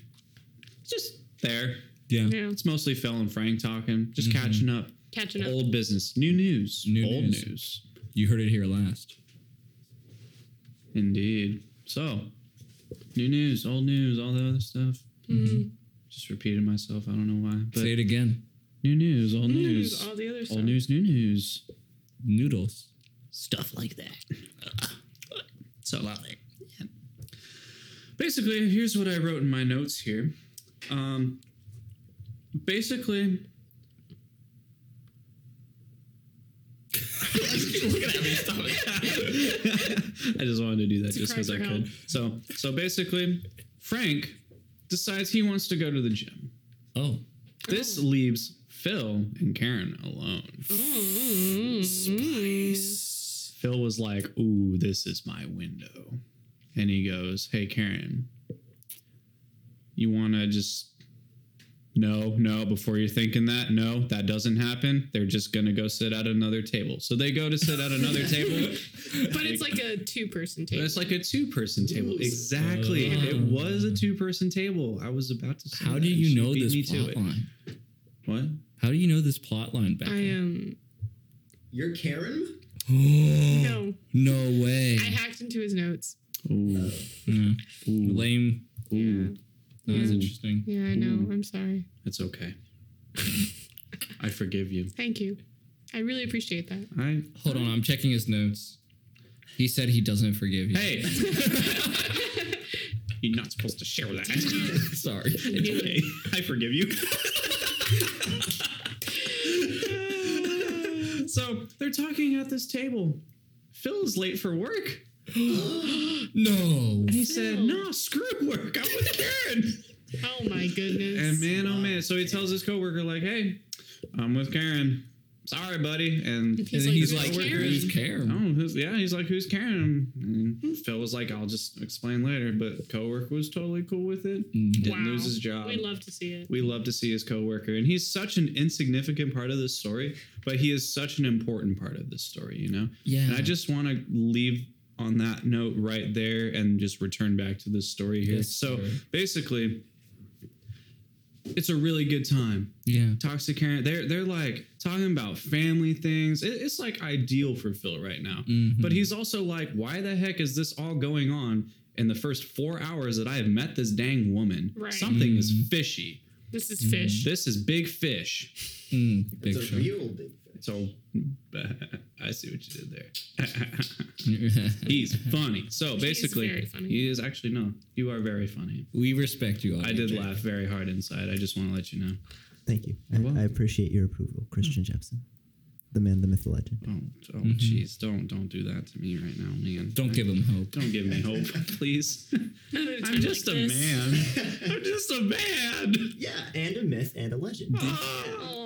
just there. Yeah. Yeah. It's mostly Phil and Frank talking, just catching up. Catching up. Old business, new news, Mm-hmm. New old news. news. You heard it here last. Indeed. So, new news, old news, all the other stuff. Just repeated myself. I don't know why, but Say it again. new news, old news, Mm, All the other stuff. old news, new news. Noodles. Stuff like that. So Basically, here's what I wrote in my notes here. Um, basically, Look at me. Stop it. I just wanted to do that a just cry because I for could. help. So, so basically, Frank decides he wants to go to the gym. Oh. This Mm-hmm. leaves Phil and Karen alone. Mm-hmm. Phil was like, "Ooh, this is my window," and he goes, "Hey, Karen, you want to just No, no, before you're thinking that, no, that doesn't happen. They're just going to go sit at another table. So they go to sit at another table. But it's like a two person table. It's like a two person table. Exactly. It was a two person table. I was about to say How that. do She you know beat this me to plot it. line? What? How do you know this plot line, Becca? I um, am. You're Karen? no. no way. I hacked into his notes. Ooh. Yeah. Ooh. Lame. Ooh. That was Yeah. interesting. Yeah, I know. I'm sorry. Mm, It's okay. I forgive you. Thank you. I really appreciate that. I Hold on, I'm checking his notes. He said he doesn't forgive you. Hey. You're not supposed to share that. sorry. It's okay. I forgive you. so they're talking at this table. Phil is late for work. No. And he said, nah, screw work. I'm with Karen. Oh my goodness. And man, oh man. So he tells his coworker, like, hey, I'm with Karen. Sorry, buddy. And He's and like, he's "Who's like, Karen?" who's Karen? Oh, who's, yeah. He's like, "Who's Karen?" And Phil was like, "I'll just explain later." But coworker was totally cool with it. Didn't lose his job. We love to see it. We love to see his coworker, and he's such an insignificant part of this story, but he is such an important part of this story. You know. Yeah. And I just want to leave on that note right there, and just return back to this story here. Yes, so sir. basically, it's a really good time. Yeah. Toxic Karen, they're they're like talking about family things. It- it's like ideal for Phil right now. But he's also like, why the heck is this all going on in the first four hours that I have met this dang woman? Right. Something is fishy. This is Mm. fish. This is big fish. Mm, big It's a show. real big fish. So I see what you did there. he's funny. So basically, very funny. he is actually no. You are very funny. we respect you all. I did laugh very hard inside. I just want to let you know. Thank you. I, I appreciate your approval, Christian Jepson, the man, the myth, the legend. Oh, oh, jeez, don't don't do that to me right now, man. Don't give him hope. Don't give me hope, please. Not at a time I'm just like a this. man. I'm just a man. Yeah, and a myth and a legend. Oh. Aw.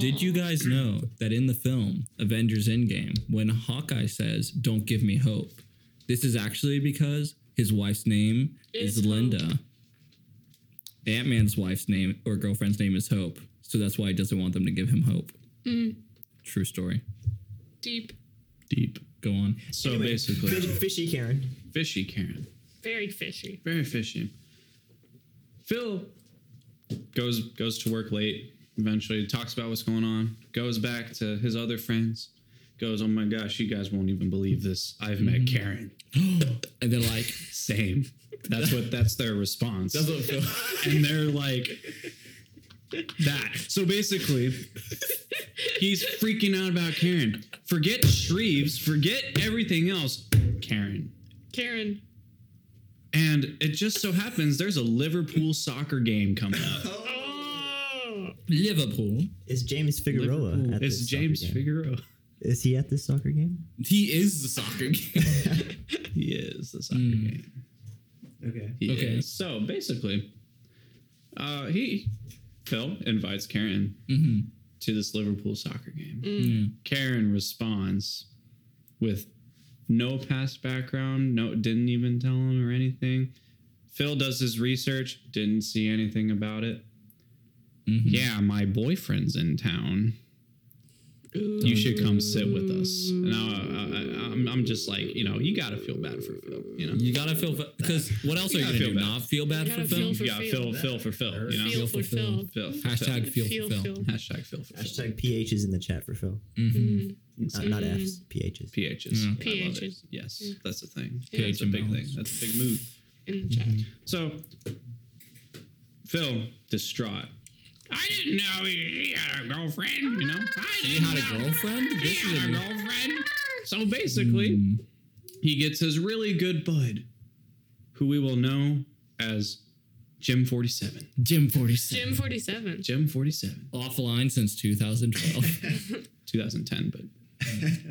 Did you guys know that in the film Avengers Endgame, when Hawkeye says, Don't give me hope, this is actually because his wife's name is, Is Hope. Linda. Ant Man's wife's name or girlfriend's name is Hope. So that's why he doesn't want them to give him hope. Mm. True story. Deep. Deep. Go on. So Anyway, fish- basically, fishy Karen. fishy Karen. Very fishy. Very fishy. Phil goes goes to work late. Eventually, talks about what's going on. Goes back to his other friends. Goes, oh my gosh, you guys won't even believe this. I've met Karen. And they're like, Same. That's what. That's their response. That's what Phil. and they're like that. So basically, he's freaking out about Karen. Forget Shreves, forget everything else. Karen. Karen. And it just so happens there's a Liverpool soccer game coming up. Oh. Liverpool. Is James Figueroa at this It's soccer James game? Figueroa. Is he at this soccer game? He is the soccer game. He is the soccer game. Okay. He Okay. is. So basically, uh, he Phil invites Karen Mm-hmm, to this Liverpool soccer game. Karen responds with no past background, no didn't even tell him or anything. Phil does his research, didn't see anything about it. mm-hmm. Yeah, my boyfriend's in town. You should come sit with us. And I, I, I, I'm, I'm just like, you know, you got to feel bad for Phil. You know, You gotta feel because what else You are you gotta gonna feel do? Not feel bad. bad You for gotta Phil? feel yeah, Phil, Phil for Phil. You know, Feel for Phil. fulfilled. Phil. Hashtag feel Feel for Phil. Phil. Hashtag Phil for Phil. Hashtag PH is in the chat for Phil. Mm-hmm. Mm-hmm. Not, not Mm-hmm. F's, PHs. PHs. I love PHs. it. Yes, that's the thing. Yeah. That's a big thing. PHMLs. That's a big move. In the chat. So, Phil, distraught. I didn't know he, he had a girlfriend, you know? I He didn't had a know girlfriend? He This is had a a new- Mm-hmm. girlfriend. So basically, Hmm. he gets his really good bud, who we will know as Jim 47. Jim 47. Jim 47. Jim 47, Offline since 2012. 2010, but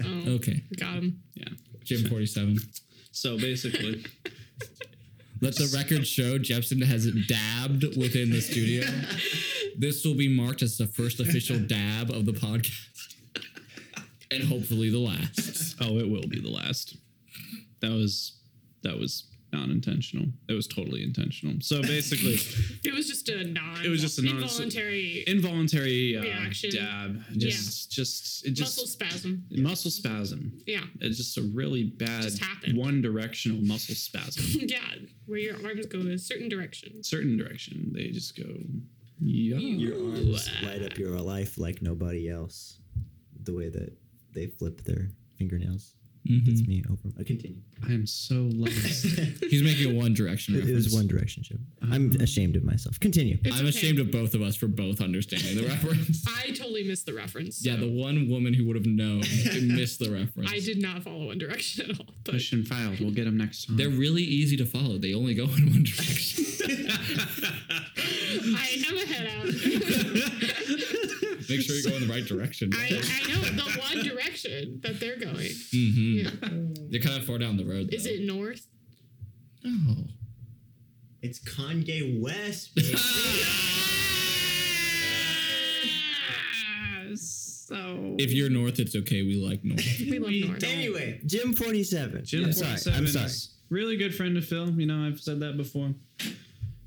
Oh, okay. got him. yeah. Jim 47. So basically, Let the record show Jepson has dabbed within the studio. this will be marked as the first official dab of the podcast. And hopefully the last. oh, it will be the last. That was, that was non-intentional. It was totally intentional. So basically, It was just a non. It was just a non- involuntary involuntary uh, Reaction. dab. Just, just, it just muscle spasm. muscle spasm. Yeah. It's just a really bad Just happened. one-directional muscle spasm. Yeah, where your arms go in a certain direction. Certain direction, they just go. Yeah. Your arms light up your life like nobody else. The way that they flip their fingernails. Mm-hmm. That's me. Over. I continue. I am so lost. He's making a One Direction It reference. was One Direction, Jim. I'm Uh-huh. ashamed of myself. Continue. It's I'm okay. ashamed of both of us for both understanding the reference. I totally missed the reference. Yeah, the one woman who would have known missed the reference. I did not follow One Direction at all. But Push and filed. We'll get them next time. They're really easy to follow. They only go in one direction. I am a head out. Make sure you go in the right direction. I, I know the one direction that they're going. hmm Yeah. They're kind of far down the road. Though. Oh. Is it north? No. It's Kanye West. So If you're north, it's okay. We like north. we love north. anyway, Jim 47. Jim I'm sorry. 47 I'm sorry. is really good friend of Phil. You know, I've said that before.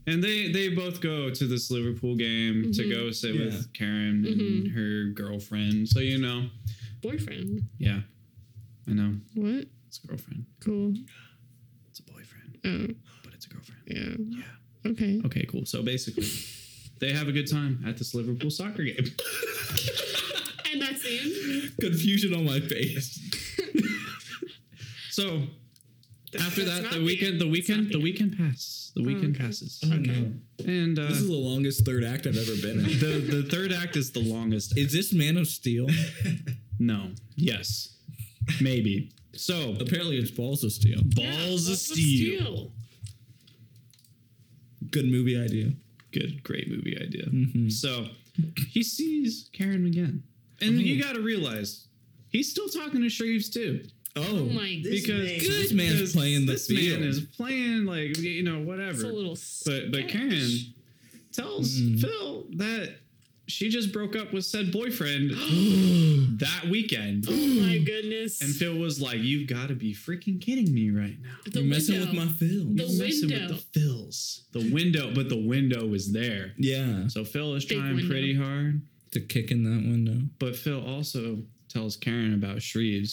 And they they both go to this Liverpool game Mm-hmm. to go sit Yeah. with Karen and her girlfriend. So you know, Boyfriend. yeah, I know What? it's a girlfriend. Cool. It's a boyfriend, Oh, but it's a girlfriend. yeah. Yeah. Okay. Okay, cool. So basically, they have a good time at this Liverpool soccer game. And that's the end. Confusion on my face. So after that's that, not the the weekend, end. That's the not weekend, the the end. weekend passes. The weekend okay. passes. no. And uh, This is the longest third act I've ever been in. the the third act is the longest. Is this Man of Steel? No. Yes. Maybe. So Apparently, it's Balls of Steel. balls of steel. Good movie idea. Good, great movie idea. Mm-hmm. So he sees Karen again, and you Oh. got to realize he's still talking to Shreves too, Oh Oh, my god. This because man- So this man's because playing the This field. man is playing like you know It's whatever. a little but but sketch. Karen tells Phil that she just broke up with said boyfriend that weekend. Oh my goodness. And Phil was like, "You've got to be freaking kidding me right now." the You're messing with my film. The messing window. with the fills. The window, but the window was there. yeah, So Phil is Big trying window. pretty hard, to kick in that window. but Phil also tells Karen about Shreves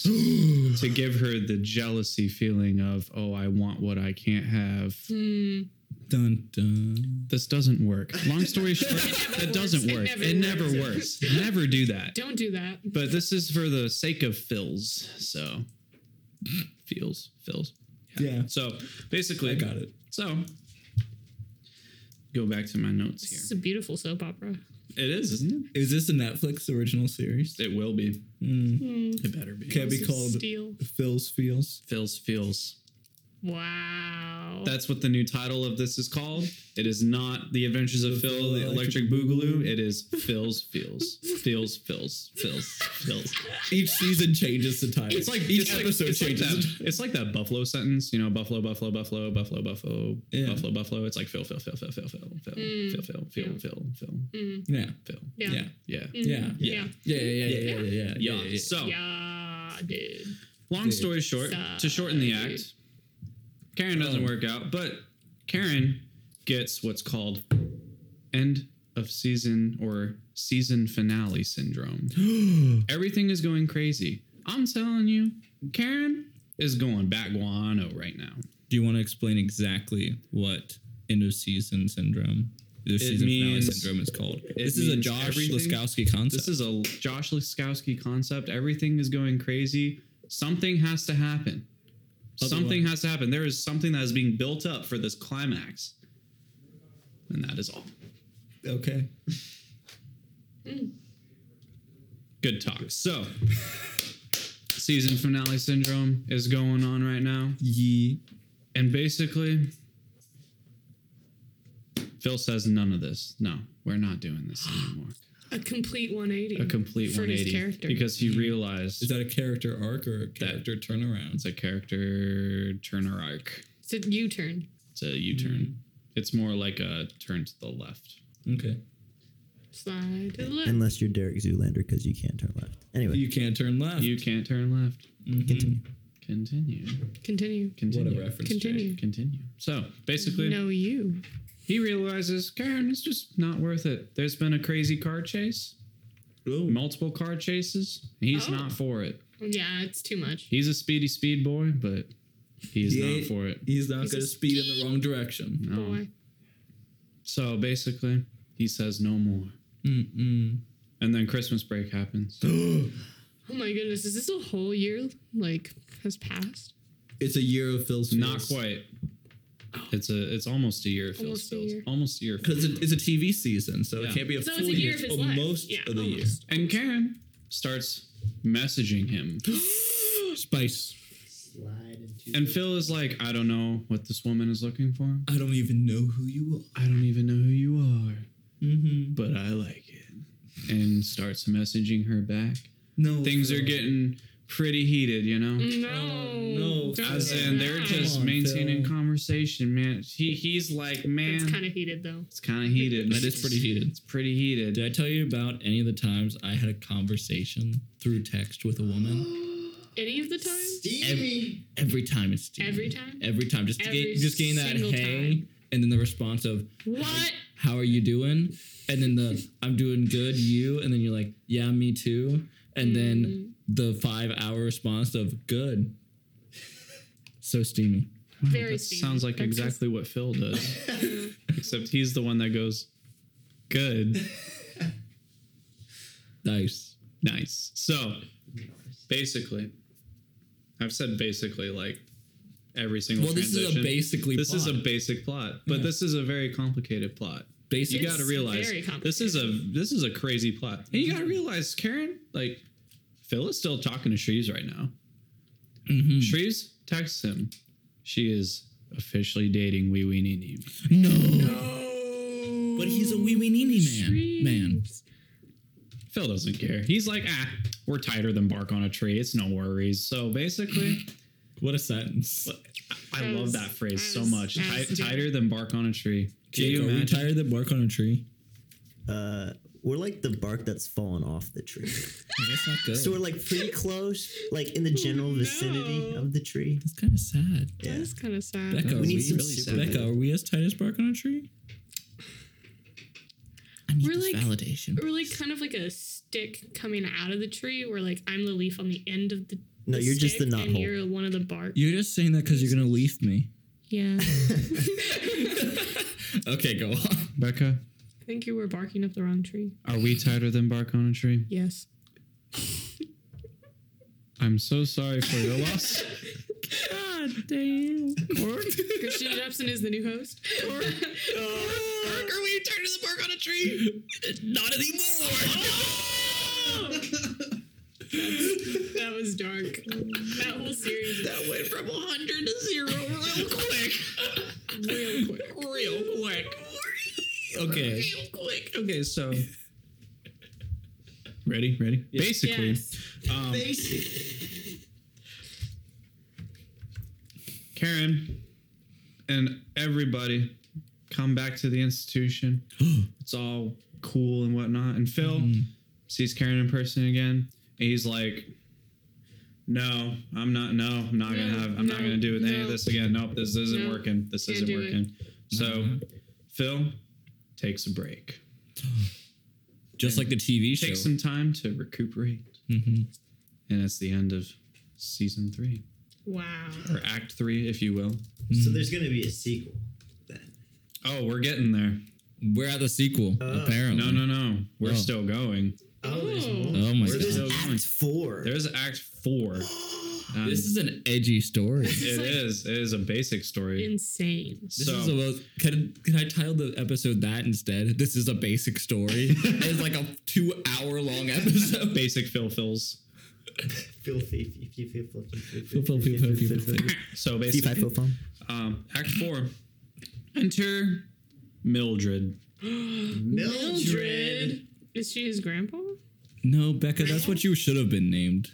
to give her the jealousy feeling of, "Oh, I want what I can't have." Mm, Dun dun. This doesn't work. Long story short, it doesn't It work. never It never works. works. Never do that. don't do that. But this is for the sake of Phil's. So feels, Phil's. Yeah, So basically, I got it. So go back to my notes This here. is a beautiful soap opera. It is, isn't Is this a Netflix original series? it? It will be. Mm. Hmm. It better be. Can't be This is called Steel. Phil's Feels. Phil's feels. Wow. That's what the new title of this is called. It is not The Adventures of Phil, the Electric Boogaloo. It is Phil's feels. Feels, feels, feels, feels. Each season changes the title. It's like each it's like- episode it's like changes. the that, it's like that buffalo sentence, you know, buffalo, buffalo, buffalo, buffalo, buffalo, Yeah. buffalo, buffalo. It's like Phil, Phil, Phil, Phil, Phil, Phil, Phil, Mm. Phil, Phil, Phil, Phil, Phil, yeah. Phil. yeah. Yeah. Yeah. Oh. Mm, Yeah. Yeah. Yeah. Yeah. Yeah. Yeah. Yeah. Yeah. So Yeah, dude. Long story short, to shorten the act, Karen doesn't work out, but Karen gets what's called end of season or season finale syndrome. Everything is going crazy. I'm telling you, Karen is going back guano right now. Do you want to explain exactly what end of season syndrome, the season finale means- syndrome is called? This is a means Josh everything- Laskowski concept. This is a Josh Laskowski concept. Everything is going crazy. Something has to happen. Something Otherwise- has to happen. There is something that is being built up for this climax. And that is all. okay. Mm. Good talk. So, season finale syndrome is going on right now. Ye. And basically, Phil says none of this. No, we're not doing this anymore. A complete 180. A complete For his 180. character. Because he realized Is that a character arc or a character turnaround? it's a character turner arc. it's a U turn. It's a U turn. It's more like a turn to the left. Okay. Slide to the left. Unless you're Derek Zoolander because you can't turn left. Anyway, You can't turn left. Mm-hmm. You can't turn left. continue. Continue. Continue. Continue. What a reference. Continue. Continue. So basically, No, you. he realizes Karen it's just not worth it. There's been a crazy car chase, multiple car chases. He's Oh. not for it. Yeah, it's too much. He's a speedy speed boy, but he's He not ain't- for it. He's not going to speed in the wrong direction. No. Boy. So basically, he says no more. Mm-mm. And then Christmas break happens. Oh my goodness, is this a whole year like has passed? It's a year of Phil's. Not quite. It's a. It's almost a year. Phil Almost a Spills. year. Almost a year. Because it's a TV season, so Yeah. it can't be a So it's full a year of Oh, It's his life. Most Yeah, of the year. almost. And Karen starts messaging him. Spice. Slide into And Phil is like, I don't know what this woman is looking for. I don't even know who you I don't even know who you are, are. Mm-hmm. but I like it. And starts messaging her back. No. Things are Phil. getting pretty heated, you know? No. no. Don't Oh, As do in, they're that. just Come on, maintaining Phil. conversation, man. He, he's like, man, It's kind of heated though. it's kind of heated. That is pretty heated. It's pretty heated. Did I tell you about any of the times I had a conversation through text with a woman? Any of the time? Steamy. Every time it's steamy. Every time? Every time, just to Every get, just getting that single hey, time. and then the response of What? how are you doing? And then the I'm doing good, you, and then you're like, yeah, me too. And Mm. then the five hour response of good. So steamy. Very Oh, that steamy. sounds like That's exactly what Phil does, except he's the one that goes, "Good, Nice. nice." So, basically, I've said basically like every single. Well, this is a transition. basically This is a plot. basic plot, but Yeah. this is a very complicated plot. basic. You got to It's realize very this is a this is a crazy plot, and you got to realize Karen, like Phil, is still talking to Shreves right now. Mhm. Shreves texts him. She is officially dating Wee Wee Nini. No. But he's a wee wee neeny man. Man. Phil doesn't care. He's like, ah, we're tighter than bark on a tree. It's no worries. So basically, What a sentence. I That love was- that phrase that so was- much. that was Ti- good. tighter than bark on a tree. Can Jake, you are we imagine? tired that bark on a tree? Uh, we're like the bark that's fallen off the tree. That's not good. so we're like pretty close, like in the general vicinity no. of the tree. That's kind of sad. That Yeah. is kind of sad. Becca, That are was we, really sad. Becca, are we as tight as bark on a tree? I need We're this like- validation. Or like kind of like a stick coming out of the tree, where like I'm the leaf on the end of the. No, the you're just the stick, And knothole. you're one of the bark. You're just saying that because you're gonna leaf me. Yeah, Okay, go on. Becca, I think you were barking up the wrong tree. are we tighter than bark on a tree? Yes. I'm so sorry for your loss. God damn. Christian Jepsen is the new host. Bark, are we turned to the bark on a tree? Not Ah! anymore. that was dark. That whole series that went from 100 to 0 real quick. real quick. Real quick. Okay. Real quick. Okay, so. Ready? Ready? Basically, Yes. um, Karen and everybody come back to the institution. it's all cool and whatnot. And Phil sees Karen in person again. And he's like, No, I'm not no, I'm not No, gonna have I'm not no, gonna do with any no. of this again. Nope, this isn't No, working. This can't isn't do it. working. So Phil takes a break. Just like the TV show. Take some time to recuperate. Mhm. And that's the end of season three. Wow. Or act three, if you will. So there's gonna be a sequel. Then. Oh, we're getting there. We're at the sequel, Oh. Uh, apparently. No, no, no. We're Oh. still going. Oh, there's Oh. more. Oh my Where's God. this act four? There's Act Four. Um, This is an edgy story. This is it like is. It is a basic story. insane. This so is a, can, can I title the episode that instead? This is a basic story. it's like a two hour long episode. basic Phil fills. filthy. filthy, filthy, filthy, Fil- fil- filthy, fil- fil- filthy, fil- filthy. So If I basically, feel fun. um, Act Four. Enter Mildred. Mildred. Is she his grandpa? no, Becca, that's what you should have been named.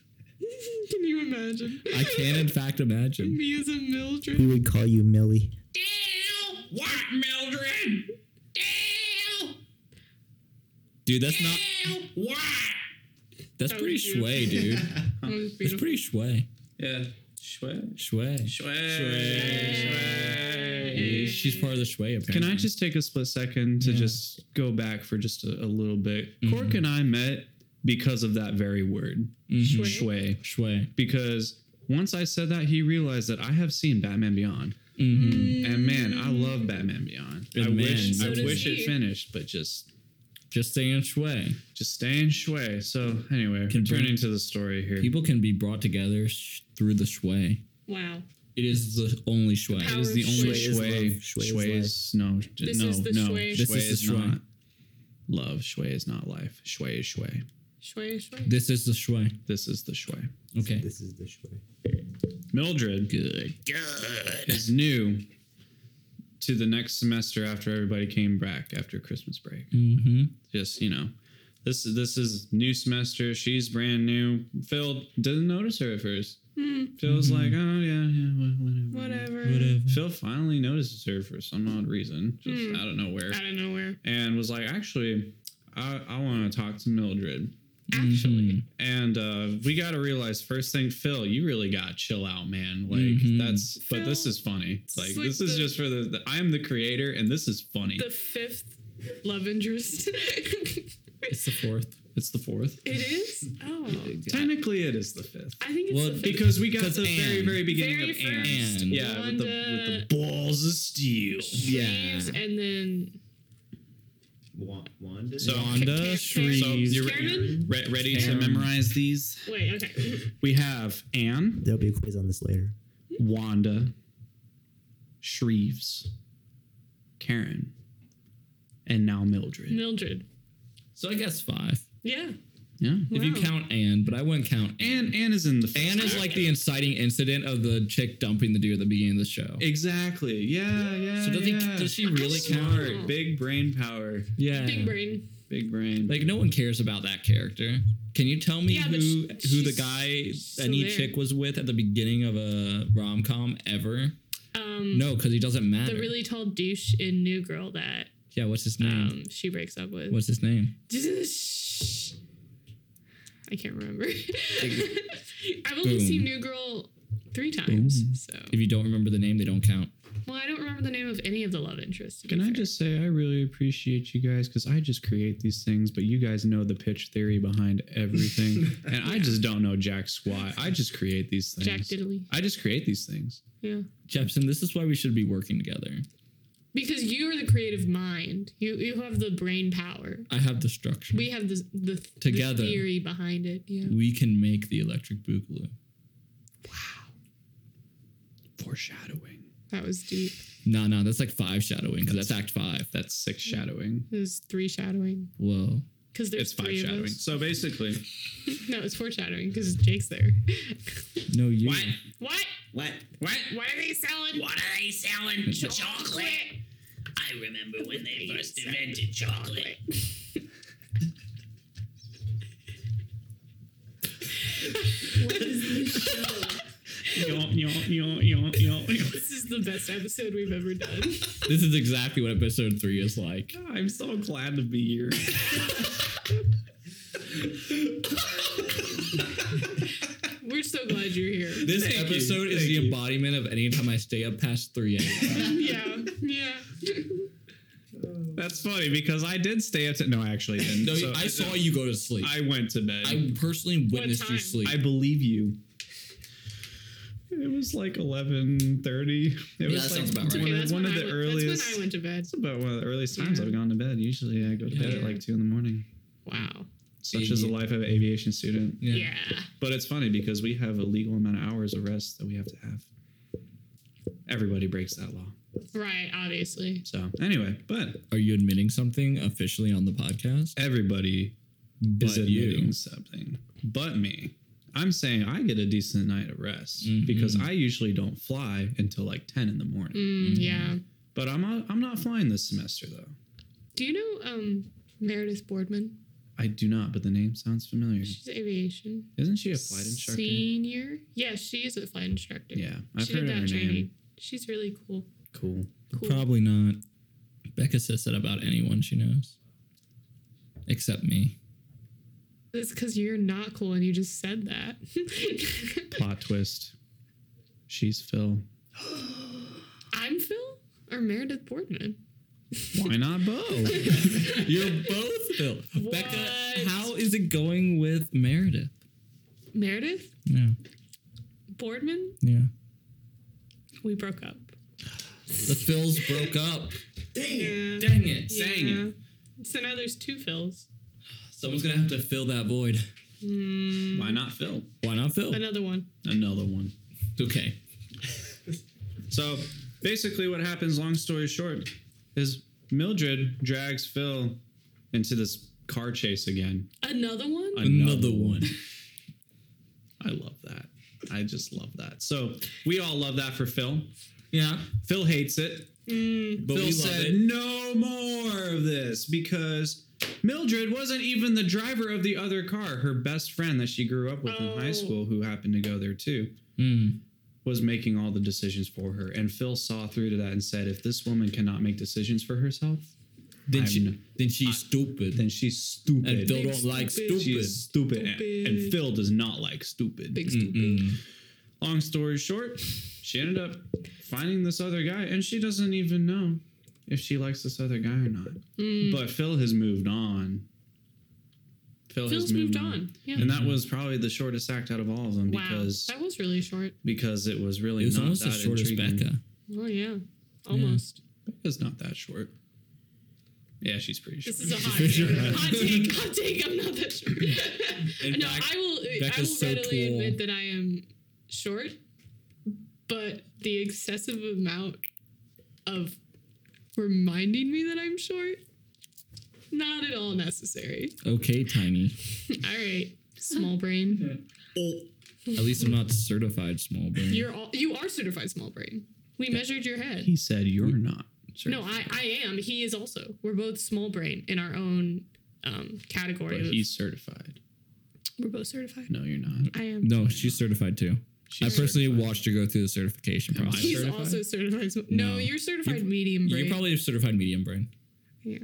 Can you imagine? I can, in fact, imagine. Me as a Mildred. We would call you Millie. Damn. What, Mildred? Damn. Dude, that's not. Damn. What? That's That pretty was you. shway, dude. That was That's Oh, beautiful. pretty shway. Yeah. Shwe- Shway. shwe- She's part of the Shway, apparently. Can I just take a split second to Yeah. Mm-hmm. just go back for just a, a little bit? Cork and I met because of that very word, Shway. shway. Shway. Because once I said that, he realized that I have seen Batman Beyond, Mm-hmm. and man, I love Batman Beyond. Good I man. wish, So I does wish he. it finished, but just Just saying Shway. just staying shway. So anyway, Can bring- returning to the story here. People can be brought together sh- through the Shway. Wow. It is the only Shway. power It is the of only shway is shway. love. Shway is Shway is no, j- This no, is the no. shway. This Shway is the is shway. not love. Shway is not life. Shway is shway. Shway, shway. This is the Shway. This is the shway. Okay. This is the shway. Mildred Good. is new to the next semester after everybody came back after Christmas break. Mm-hmm. Just you know, this is this is new semester. She's brand new. Phil didn't notice her at first. Phil's like, oh yeah, yeah, wha- whatever. Hmm, Whatever. Phil finally notices her for some odd reason, just Hmm. out of nowhere, Out of nowhere. and was like, actually, I, I want to talk to Mildred. Mm-hmm. Actually. And uh, we got to realize first thing, Phil, you really got to chill out, man. Like Mhm. that's, but this Phil, is funny. Like, like this is the- just for the, the- I am the creator, and this is funny. The fifth love interest. it It's the fourth. it's the fourth. is? Oh. Technically, it is the fifth I think it's Well, the fifth. because we got Because the very, and. very beginning Very of and. first And. Yeah, with the, Wanda- with the balls of steel. Shreves and then Wa- Wanda? So- Wanda, So you're- So Shreves. you're, Karen? you re- ready to Karen. memorize these? wait, okay. We have Anne, There'll be a quiz on this later. Wanda, Shreves, Karen, and now Mildred. Mildred. So I guess five. Yeah. Yeah. If you Wow. count Anne, but I wouldn't count Anne. Anne, Anne is in the. Anne is like the inciting incident of the chick dumping the dude at the beginning of the show. Exactly. Yeah. Yeah. So does, he, yeah. does she really count? Smart. Big brain power. Yeah. Big brain. Big brain. Like no one cares about that character. Can you tell me Yeah, but who sh- who the she's guy still any there. chick was with at the beginning of a rom com ever? Um No, because he doesn't matter. Mm. the really tall douche in New Girl that yeah, what's his name? um she breaks up with. what's his name? I can't remember. I've only Boom. seen New Girl three times. So If you don't remember the name, they don't count. well, I don't remember the name of any of the love interests. to be Can I fair. just say I really appreciate you guys because I just create these things, but you guys know the pitch theory behind everything, and I just don't know jack squat. I just create these things. Jack Diddley? I just create these things. Yeah. Jepson, this is why we should be working together. Because you are the creative mind. You you have the brain power. I have the structure. We have the the, the Together. theory behind it. Yeah. we can make the electric boogaloo. Foreshadowing. That was deep. No, no, that's like five shadowing because that's Act Five. That's six shadowing. It was three shadowing. Whoa. Because there's It's five three of shadowing. us. So basically, No, it's four shadowing because Jake's there. No, you. what? What? what? What are they selling? What are they selling? Chocolate. Chocolate. I remember when they first invented chocolate. This is the best episode we've ever done. This is exactly what episode three is like. I'm so glad to be here. We're so glad you're here. This Thank you, episode is thank the you. embodiment of any time I stay up past 3 a.m. yeah, yeah. That's funny because I did stay up. To, no, I actually didn't. no, So- I saw you go to sleep. I, I went to bed. personally witnessed you time? sleep. I believe you. It was like eleven thirty. It was that like sounds about right. one, Okay, of- that's one when of I the went, earliest. That's when I went to bed. It's about one of the earliest times Yeah. I've gone to bed. Usually, I go to bed at Yeah. like two in the morning. Wow. Such is the Avi- life of an aviation student. yeah. Yeah. But it's funny because we have a legal amount of hours of rest that we have to have. Everybody breaks that law. Right. Obviously. So anyway, but Are you admitting something officially on the podcast? everybody But is admitting something. But me. I'm saying I get a decent night of rest because I usually don't fly until like ten in the morning. Mm, Yeah. But I'm not, I'm not flying this semester though. Do you know um, Meredith Boardman? I do not, but the name sounds familiar. She's aviation Isn't she a flight instructor? senior. Yeah, she is a flight instructor. Yeah, I've she heard did of that her training. name. She's really cool. Cool. Cool. Probably not. Becca says that about anyone she knows, except me. That's because you're not cool and you just said that. Plot twist. She's Phil. I'm Phil or Meredith Boardman. Why not Bo? You're both Phil. Becca, What? how is it going with Meredith? Meredith Yeah. Boardman. Yeah. We broke up. The Phils broke up. Dang it! Dang it. Dang it. So now there's two Phils. Someone's going to have to fill that void. Why not Phil? Why not Phil? Another one. Another one. Okay. So basically, what happens, long story short, is Mildred drags Phil into this car chase again. Another one. Another one. I love that. I just love that. So we all love that for Phil. Yeah. Phil hates it. Mm. But Phil we love said, it. no more of this because Mildred wasn't even the driver of the other car. Her best friend that she grew up with in high Oh. school, who happened to go there too, Mm. was making all the decisions for her. And Phil saw through to that and said, if this woman cannot make decisions for herself, Then I'm- she then she's stupid. then she's stupid. and Phil Big don't like stupid. stupid. She's stupid, and- Stupid. And, Phil does not like stupid. Big stupid. Long story short, she ended up finding this other guy, and she doesn't even know if she likes this other guy or not. Hmm. But Phil has moved on. Phil Phil's moved on. Yeah. And that was probably the shortest act out of all of them wow. because that was really short. because it was really It was not almost that as short as intriguing. Becca. Oh yeah. Almost. Becca's not that short. Yeah, she's pretty short. This is a hot take. hot take. Hot take. I'm not that short. no, fact, I will. I will Becca's so readily tall. admit that I am short, but the excessive amount of reminding me that I'm short, not at all necessary. Okay, Tiny. all right, small brain. At least I'm not certified small brain. You're all. You are certified small brain. We measured your head. he said, "You're not." Sure. No, I, I am. He is also. We're both small brain in our own um, category. but Of, he's certified. we're both certified. No, you're not. I am. no, she's certified too. I personally watched her go through the certification Am I process. He's certified? also certified. sm- No, No. you're certified medium brain. You're probably a certified medium brain. yeah.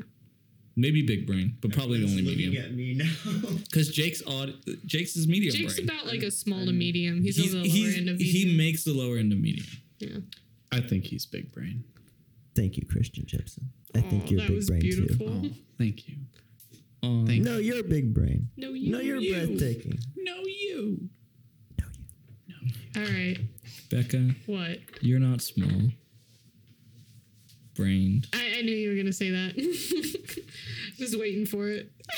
Maybe big brain, but probably He's only looking medium. at me now. Because Jake's odd. Jake's is medium Jake's brain. about like a small to medium. He's, on the lower he's- end of medium. he makes the lower end of medium. yeah. I think he's big brain. Thank you, Christian Jepson. I Aw, think you're that big was brain beautiful. too. Oh, thank you. Um, Thank No, you're big brain. No, you. No, you're you. breathtaking. No, you. No, you. All right. Becca, What? you're not small. Brained. I, I knew you were gonna say that. Just waiting for it.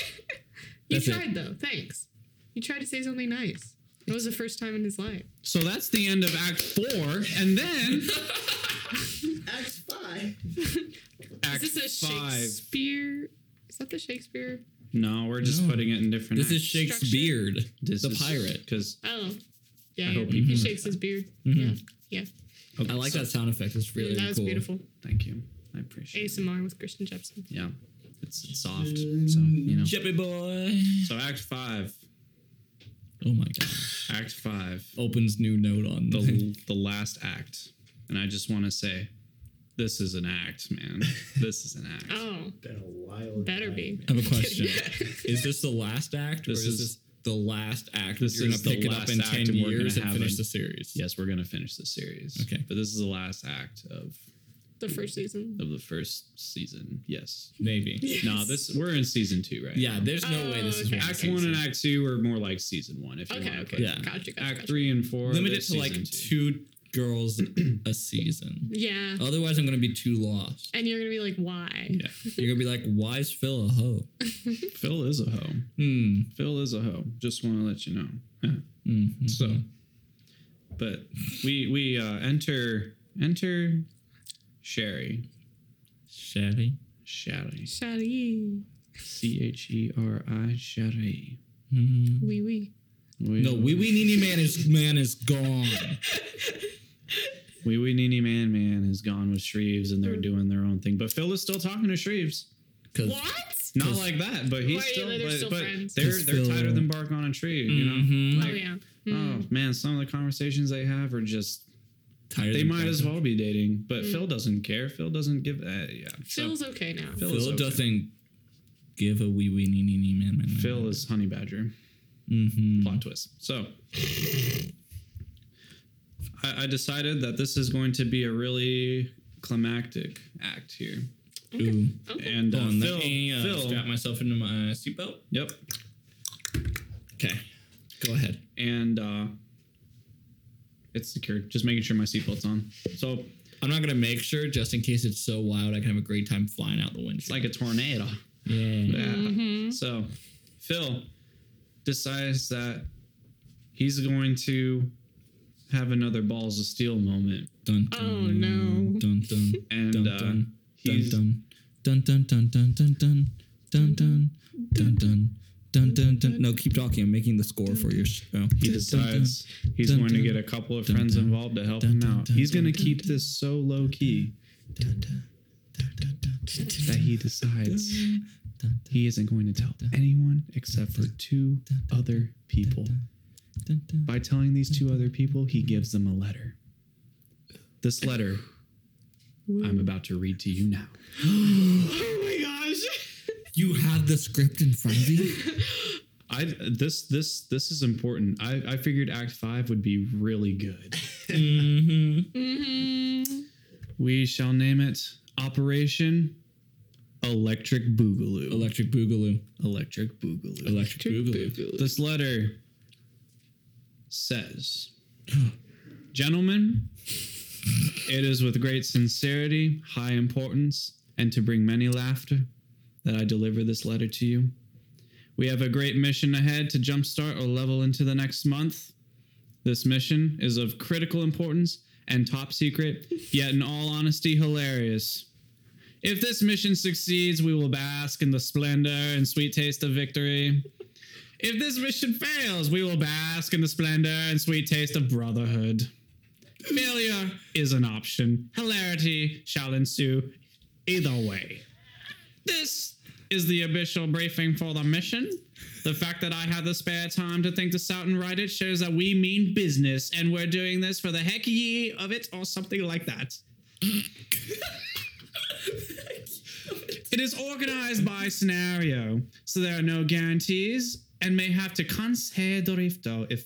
you That's it. tried though. Thanks. You tried to say something nice. That was the first time in his life. So that's the end of Act Four, and then Act five. Act Is this a Five. Shakespeare? Is that the Shakespeare? No, we're just No. putting it in different. This is acts. Shakespeare, This the is- pirate. Because Oh, yeah. yeah. I hope He you remember Mm-hmm. shakes his beard. Yeah, yeah. I like that sound effect. It's really that was cool. beautiful. Thank you. I appreciate. it. ASMR with Christian Jepsen. Yeah, it's, it's soft. So you know. Sheppy boy. So Act Five. Oh my god. Act Five. Opens new note on the. The the last act, and I just want to say, this is an act, man. This is an act. Oh, Been a wild. better night, be. man. I have a question. is this the last act, This or is, is- this the last act? This You're gonna is the pick it up last in act, ten and we're years and gonna have finish an- the series. Yes, we're gonna finish the series. Okay. But this is the last act of the first season. of the first season. Yes. Maybe. No, this we're in season two, right? Yeah, there's no Oh, way this okay. is Act one and act two are more like season one, if you Okay, want. okay. To Yeah. Gotcha, gotcha. Act gotcha. three and four. Limited they're to like season two girls a season. Yeah. Otherwise, I'm gonna be too lost. And you're gonna be like, why? Yeah. You're gonna be like, "Why is Phil a hoe?" Phil is a hoe. Hmm. Phil is a hoe. Just want to let you know. Huh. Mm. So, but we we uh, enter enter Sherry Sherry. Sherry Shadi. C H E R I Sherry. Wee wee. We, Hmm. No, Wee Wee Nini Man is man is gone. Wee Wee Nini Man Man is gone with Shreves and they're Hmm. doing their own thing. But Phil is still talking to Shreves. Cause What? Not like that, but he's Right, still, they're but, still but friends. they're Just they're Phil. tighter than bark on a tree, you know. Mhm. Oh yeah. Oh man, some of the conversations they have are just Tired they of might as Phil. well be dating, but Phil doesn't care. Phil doesn't give uh, yeah. So Phil's okay now. Phil Phil is okay. doesn't give a Wee Wee Nini Nini Man. man, Mm-hmm. Man. Phil is honey badger. Mhm. Plot twist. So I, I decided that this is going to be a really climactic act here. Ooh. Okay. And uh, Hold on, Phil, let me uh, Phil, strap myself into my seatbelt. yep, Okay. Go ahead. and uh, it's secured. Just making sure my seatbelt's on. So I'm not gonna make sure just in case it's so wild I can have a great time flying out the windshield. it's like a tornado. yeah. Yeah. So Phil decides that he's going to have another balls of steel moment, Dun, Oh, no. Dun dun. and dun, uh, dun, he's dun dun dun dun dun dun dun dun dun dun dun dun dun dun. No, keep talking. I'm making the score for your show. he decides he's dun, going to dun, get a couple of dun, friends dun, involved to help dun, him dun, out. dun, He's going to dun, keep this so low key that he decides he isn't going to tell anyone except for two other people. By telling these two other people, he gives them a letter. This letter I'm about to read to you now. Oh my gosh. You have the script in front of you. I this this this is important. I I figured Act Five would be really good. We shall name it Operation Electric Boogaloo. Electric Boogaloo. Electric Boogaloo. Electric Boogaloo. This letter says, Gentlemen, it is with great sincerity, high importance, and to bring many laughter that I deliver this letter to you. We have a great mission ahead to jumpstart or level into the next month. This mission is of critical importance and top secret, yet in all honesty, hilarious. If this mission succeeds, we will bask in the splendor and sweet taste of victory. If this mission fails, we will bask in the splendor and sweet taste of brotherhood. Failure is an option. Hilarity shall ensue either way. This is the official briefing for the mission. The fact that I had the spare time to think this out and write it shows that we mean business and we're doing this for the heck ye of it or something like that. It is organized by scenario, so there are no guarantees and may have to considerifto if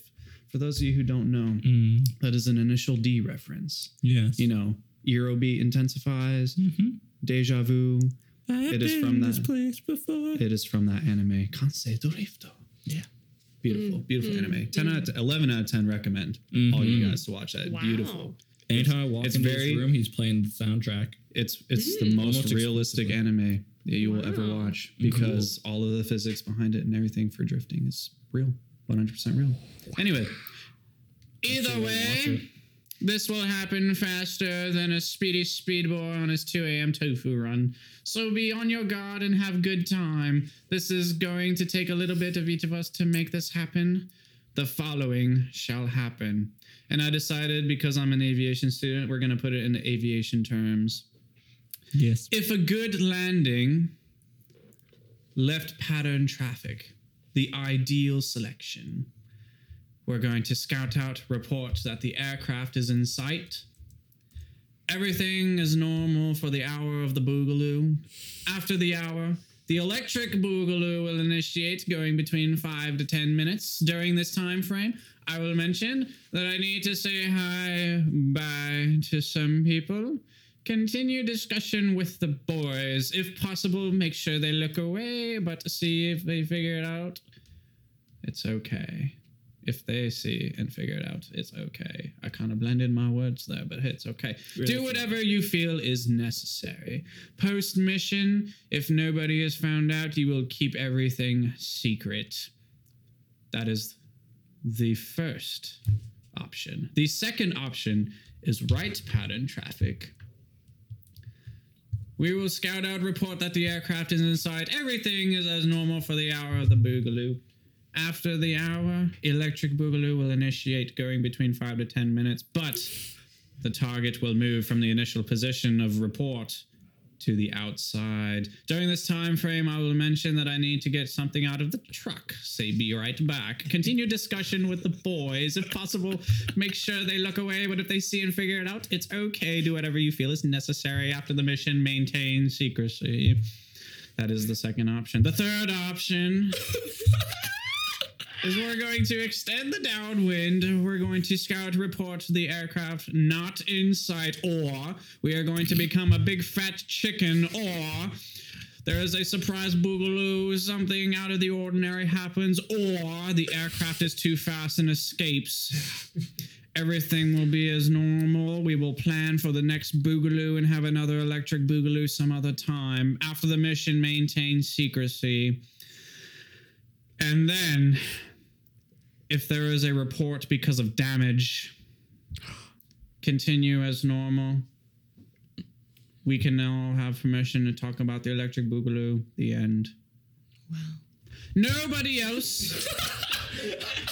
for those of you who don't know, Mm-hmm. that is an initial D reference. Yes. You know, Eurobeat intensifies, deja vu. Mm-hmm. I have it is from in that. place before. It is from that anime, Considerifto. Yeah. Beautiful, beautiful anime. 10 out of 10, 11 out of 10 recommend all Mm-hmm. you guys to watch that. Wow. Beautiful. Anytime I walk It's into very- his room, he's playing the soundtrack. It's it's the most Mm, Almost realistic anime that you will ever Wow. watch because all of the physics behind it and everything for drifting is real, 100% real. Anyway, either way, this will happen faster than a speedy speedboy on his 2 a.m. tofu run. So be on your guard and have good time. This is going to take a little bit of each of us to make this happen the following shall happen. And I decided because I'm an aviation student, we're going to put it in aviation terms. Yes. If a good landing left pattern traffic, the ideal selection, we're going to scout out, report that the aircraft is in sight. Everything is normal for the hour of the boogaloo. After the hour, the electric boogaloo will initiate going between 5 to 10 minutes. During this time frame, I will mention that I need to say hi bye to some people. Continue discussion with the boys. If possible, make sure they look away, but see if they figure it out. It's okay. If they see and figure it out, it's okay. I kind of blended my words there, but it's okay. Do whatever you feel is necessary. Post mission, if nobody is found out, you will keep everything secret. That is the first option. The second option is right pattern traffic. We will scout out report that the aircraft is inside. Everything is as normal for the hour of the boogaloo. After the hour, electric boogaloo will initiate going between 5 to 10 minutes, but the target will move from the initial position of report to the outside. During this time frame, I will mention that I need to get something out of the truck. Say, be right back. Continue discussion with the boys. If possible, make sure they look away, but if they see and figure it out, it's okay. Do whatever you feel is necessary after the mission. Maintain secrecy. That is the second option. The third option is we're going to extend the downwind. We're going to scout report the aircraft not in sight, or we are going to become a big fat chicken, or there is a surprise boogaloo, something out of the ordinary happens, or the aircraft is too fast and escapes. Everything will be as normal. We will plan for the next boogaloo and have another electric boogaloo some other time. After the mission, maintain secrecy. And then, if there is a report because of damage, continue as normal. We can now have permission to talk about the electric boogaloo. The end. Wow. Nobody else. It's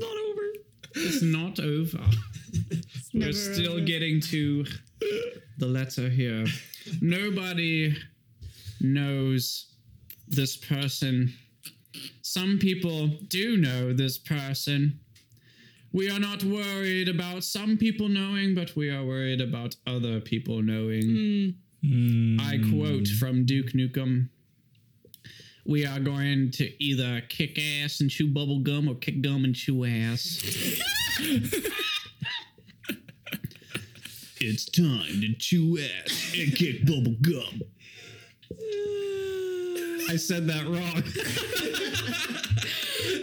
not over. it's not over. We're still getting to the letter here. Nobody knows this person. Some people do know this person. We are not worried about some people knowing, but we are worried about other people knowing. I quote from Duke Nukem. We are going to either kick ass and chew bubble gum or kick gum and chew ass. it's time to chew ass and kick bubble gum. I said that wrong.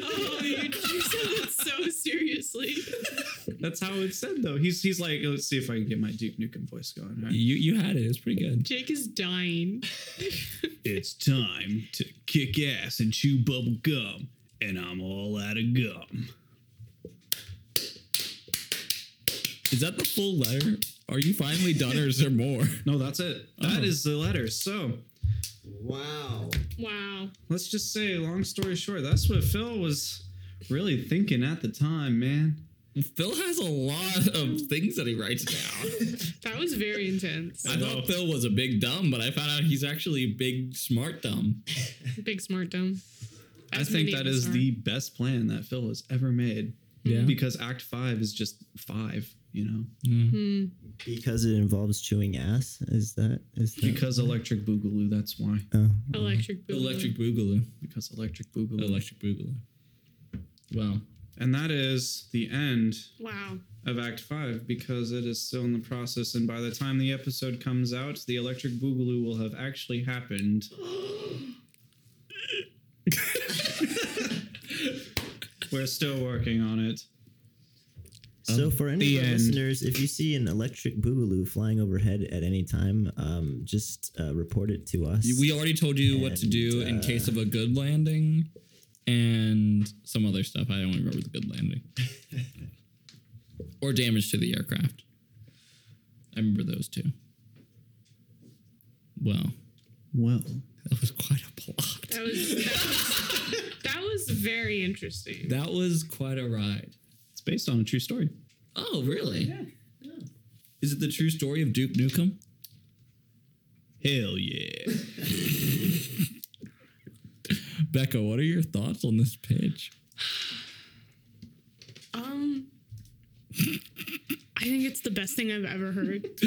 Oh, you, you said that so seriously. That's how it's said though. He's he's like, let's see if I can get my Duke Nukem voice going. All right. You you had it. It was pretty good. Jake is dying. It's time to kick ass and chew bubble gum, and I'm all out of gum. Is that the full letter? Are you finally done or is there more? No, that's it. That is Oh. the letter. So Wow. Wow. let's just say, long story short, that's what Phil was really thinking at the time, man. Phil has a lot of things that he writes down. That was very intense. I thought Phil was a big dumb, but I found out he's actually a big smart dumb. Big smart dumb. I think that is the best plan that Phil has ever made. Yeah. Because Act Five is just five, you know. Because it involves chewing ass. Is that is that? Because Electric Boogaloo, that's why. oh. electric boogaloo. Electric Boogaloo. Because Electric Boogaloo. Electric Boogaloo. Wow. and that is the end Wow. of Act Five because it is still in the process, and by the time the episode comes out, the Electric Boogaloo will have actually happened. We're still working on it. So for any the of our end. listeners, if you see an electric boogaloo flying overhead at any time, um, just uh, report it to us. We already told you what to do in And, uh, case of a good landing and some other stuff. I don't remember the good landing. or damage to the aircraft. I remember those two. Well, Well, that was quite a plot. That was that was, that was very interesting. That was quite a ride. it's based on a true story. Oh, really? Yeah. Is it the true story of Duke Nukem? Hell yeah. Becca, what are your thoughts on this pitch? Um I think it's the best thing I've ever heard.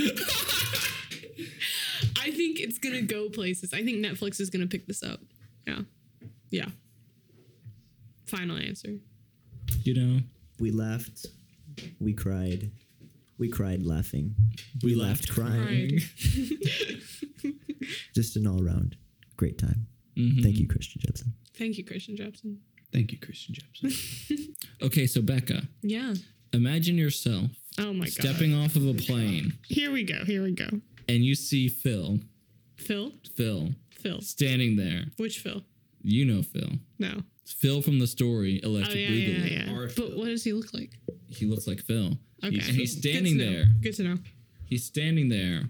I think it's gonna go places. I think Netflix is gonna pick this up. Yeah. Yeah. Final answer. You know, we laughed, we cried, we cried laughing, we, laughed crying. Right. Just an all round great time. Thank you, Christian Jepson. Thank you, Christian Jepson. Thank you, Christian Jepson. Okay, so Becca, Yeah. imagine yourself Oh my god. stepping off of a plane Here we go. Here we go. and you see Phil, Phil. Phil, Phil. standing there. Which Phil? You know Phil. No. It's Phil from the story Oh Electric yeah, Boogaloo. yeah, yeah. Our Phil. But what does he look like? He looks like Phil. Okay. He's, he's Good to standing know. there. Good to know. He's standing there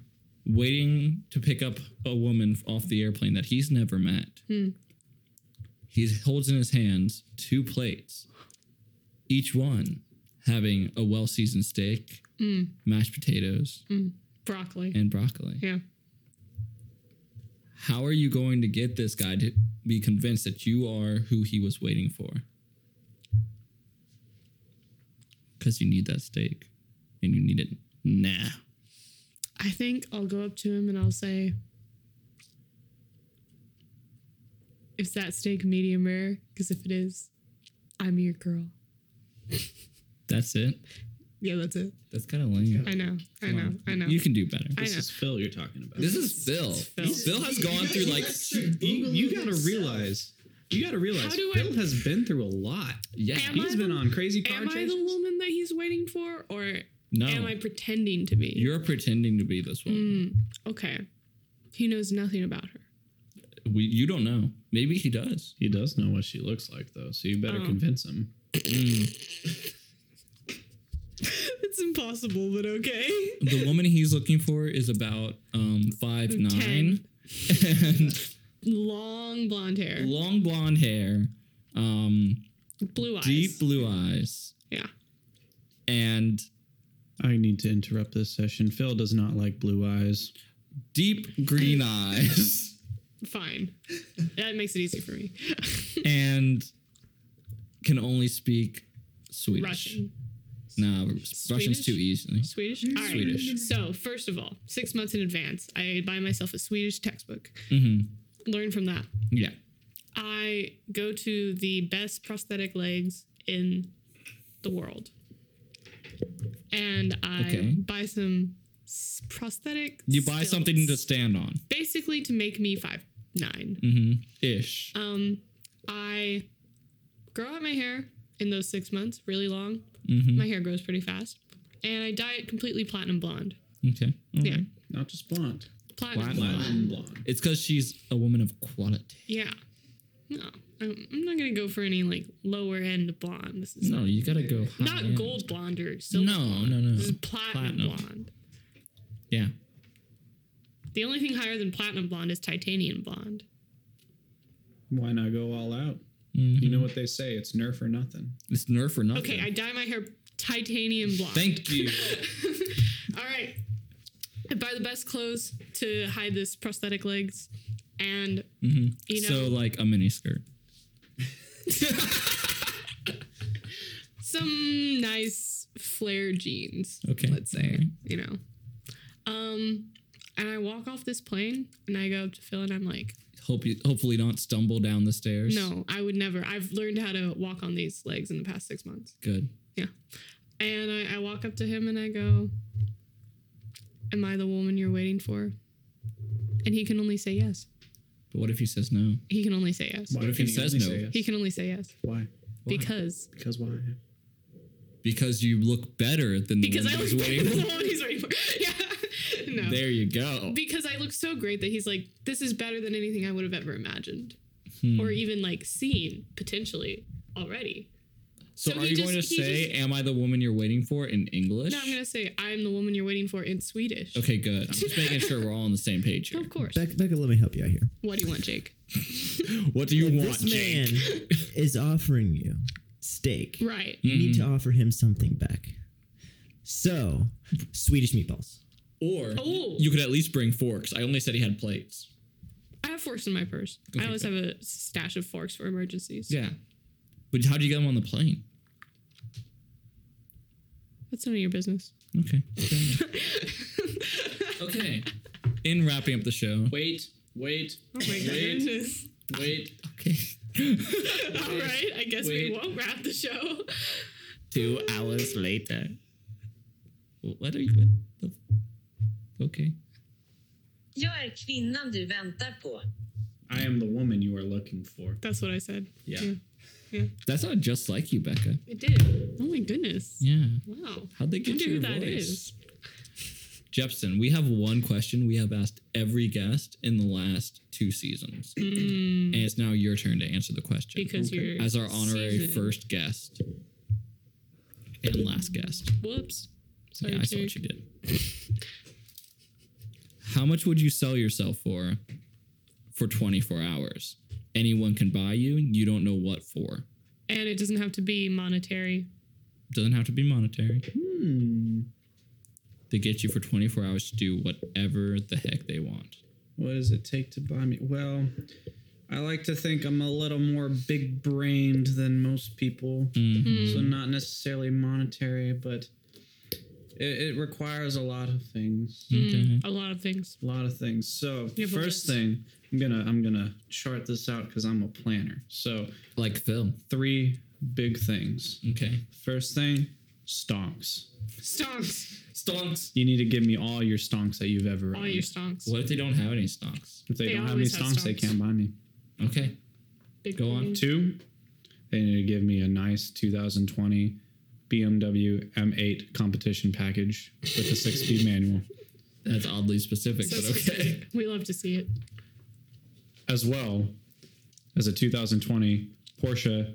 waiting to pick up a woman off the airplane that he's never met. He holds in his hands two plates, each one having a well seasoned steak, mashed potatoes, Broccoli. and broccoli. yeah. How are you going to get this guy to be convinced that you are who he was waiting for? Because you need that steak and you need it now. I think I'll go up to him and I'll say, Is that steak medium rare? Because if it is, I'm your girl. That's it. Yeah, that's it. That's kind of lame. I know. I know. I know. You can do better. I This know. is Phil you're talking about. This is Phil. Phil. Phil, has gone through like you, you gotta realize. You gotta realize How do I- Phil has been through a lot. yeah. Am He's I been the- on crazy car Am I chases. the woman that he's waiting for, or No, am I pretending to be? you're pretending to be this one. Mm, okay. He knows nothing about her. We, you don't know. Maybe he does. He does know what she looks like though, so you better Oh. convince him. It's impossible, but okay. The woman he's looking for is about um five nine, Ten. and Long blonde hair, long blonde hair, um, blue eyes. deep blue eyes, Yeah. and I need to interrupt this session. Phil does not like blue eyes. deep green eyes. Fine. That makes it easy for me. and can only speak Swedish. Russian. No, Swedish? Russian's too easily. Swedish? All right. Swedish. So, first of all, six months in advance, I buy myself a Swedish textbook. hmm Learn from that. Yeah. I go to the best prosthetic legs in the world. And I Okay. buy some s- prosthetic. You buy stilts, something to stand on. basically to make me five nine. hmm Ish. Um, I grow out my hair in those six months, really long. hmm My hair grows pretty fast, and I dye it completely platinum blonde. Okay. Yeah, Alright. Not just blonde. platinum, Platinum. blonde. Platinum blonde. It's because she's a woman of quality. Yeah. No, I'm, I'm not gonna go for any like lower end blonde. This is No, you gotta go high. not end. gold blonde or silver. Mm. No, no, no. This is platinum, Platinum. blonde. Yeah. The only thing higher than platinum blonde is titanium blonde. Why not go all out? You Mhm. know what they say, it's nerf or nothing. It's nerf or nothing. Okay, I dye my hair titanium blonde. Thank you. All right. I buy the best clothes to hide this prosthetic legs, and Mhm. You know- so like a mini skirt. some nice flare jeans. Okay. Let's say, Alright. you know. Um, and I walk off this plane and I go up to Phil and I'm like, Hope you hopefully not stumble down the stairs. no, I would never. I've learned how to walk on these legs in the past six months. Good. And I, I walk up to him and I go, Am I the woman you're waiting for? And he can only say yes. But what if he says no? He can only say yes. Why if can he says only no? yes? He can only say yes. Why? Because Because why? Because you look better than the because I woman look who's waiting. the woman he's waiting for. Yeah. No. There you go. because I look so great that he's like, this is better than anything I would have ever imagined. Hmm. Or even like seen potentially already. So, So are he you just- going to he say, just- "Am I the woman you're waiting for" in English? No, I'm gonna say I'm the woman you're waiting for in Swedish. Okay, good. I'm just making sure we're all on the same page here. Of course. Becca, Becca, let me help you out here. What do you want, Jake? What do you want, This man Jake? is offering you steak. Right. You need to offer him something back. So, Swedish meatballs. Or Oh. you could at least bring forks. I only said he had plates. I have forks in my purse. I Okay, always have a stash of forks for emergencies. Yeah, but how do you get them on the plane? That's none of your business. Oh Okay. okay. In wrapping up the show. Wait, wait, Oh my goodness. wait. Okay. All right. I guess we Wait. won't wrap the show. Two hours later. What are you? What the, okay. Jag är kvinnan du väntar på. I am the woman you are looking for. That's what I said. Yeah. That's not just like you, Becca. It did. Oh my goodness. Yeah. Wow. How'd they get Wonder who your that voice? is. Jepson, we have one question we have asked every guest in the last two seasons. Hmm. and it's now your turn to answer the question. Because you're as our honorary seasoned. first guest and last guest. Whoops. Sorry, Yeah, I saw Jake. what you did. How much would you sell yourself for for 24 hours? Anyone can buy you, you don't know what for. And it doesn't have to be monetary. Doesn't have to be monetary. They get you for 24 hours to do whatever the heck they want. What does it take to buy me? Well, I like to think I'm a little more big brained Mm-hmm. than most people. So, not necessarily monetary, but It, it requires a lot of things. Mm, a lot of things. A lot of things. So Yeah, but first let's- thing, I'm gonna I'm gonna chart this out because I'm a planner. So Like Phil. three big things. Okay. First thing, stonks. Stonks. Stonks. You need to give me all your stonks that you've ever All owned. your stonks. What if they don't have any stonks? If they, They don't have any always have stonks, they stonks. can't buy me. Okay. Big Go on. booties. Two, they need to give me a nice 2020 BMW M8 competition package with a six-speed manual, That's oddly specific, So but okay. specific. We love to see it. as well as a 2020 Porsche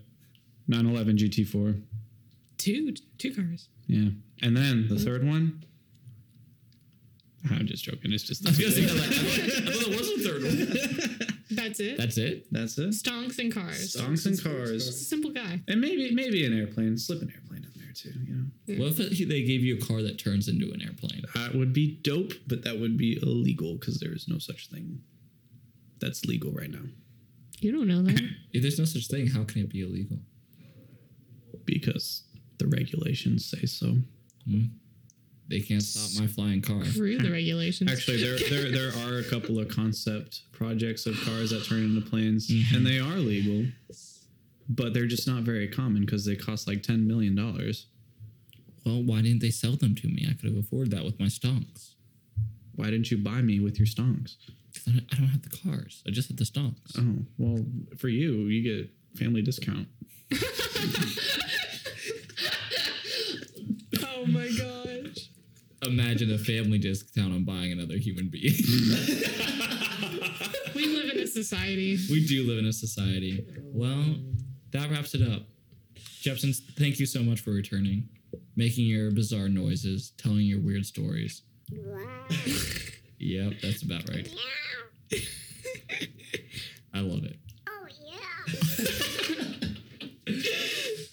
911 GT4. Two, two cars. Yeah, and then the third one. I'm just joking. It's just the two things. that was the third one. That's it. That's it. that's it. stonks and cars. Stonks and cars, Simple guy. and maybe maybe an airplane. Slip an airplane in there too. You know. What if it- they gave you a car that turns into an airplane? That would be dope, but that would be illegal because there is no such thing that's legal right now You don't know that. If there's no such thing, how can it be illegal? because the regulations say so. They can't stop my flying car. Through the regulations. Actually, there there there are a couple of concept projects of cars that turn into planes, and they are legal, but they're just not very common because they cost like ten million dollars. Well, why didn't they sell them to me? I could have afforded that with my stonks. Why didn't you buy me with your stonks? 'Cause I don't, I don't have the cars. I just have the stonks. Oh well, for you, you get family discount. oh my gosh. Imagine a family discount on buying another human being. We live in a society. we do live in a society. Well, that wraps it up. Jepson, thank you so much for returning, making your bizarre noises, telling your weird stories. yep, that's about right. I love it.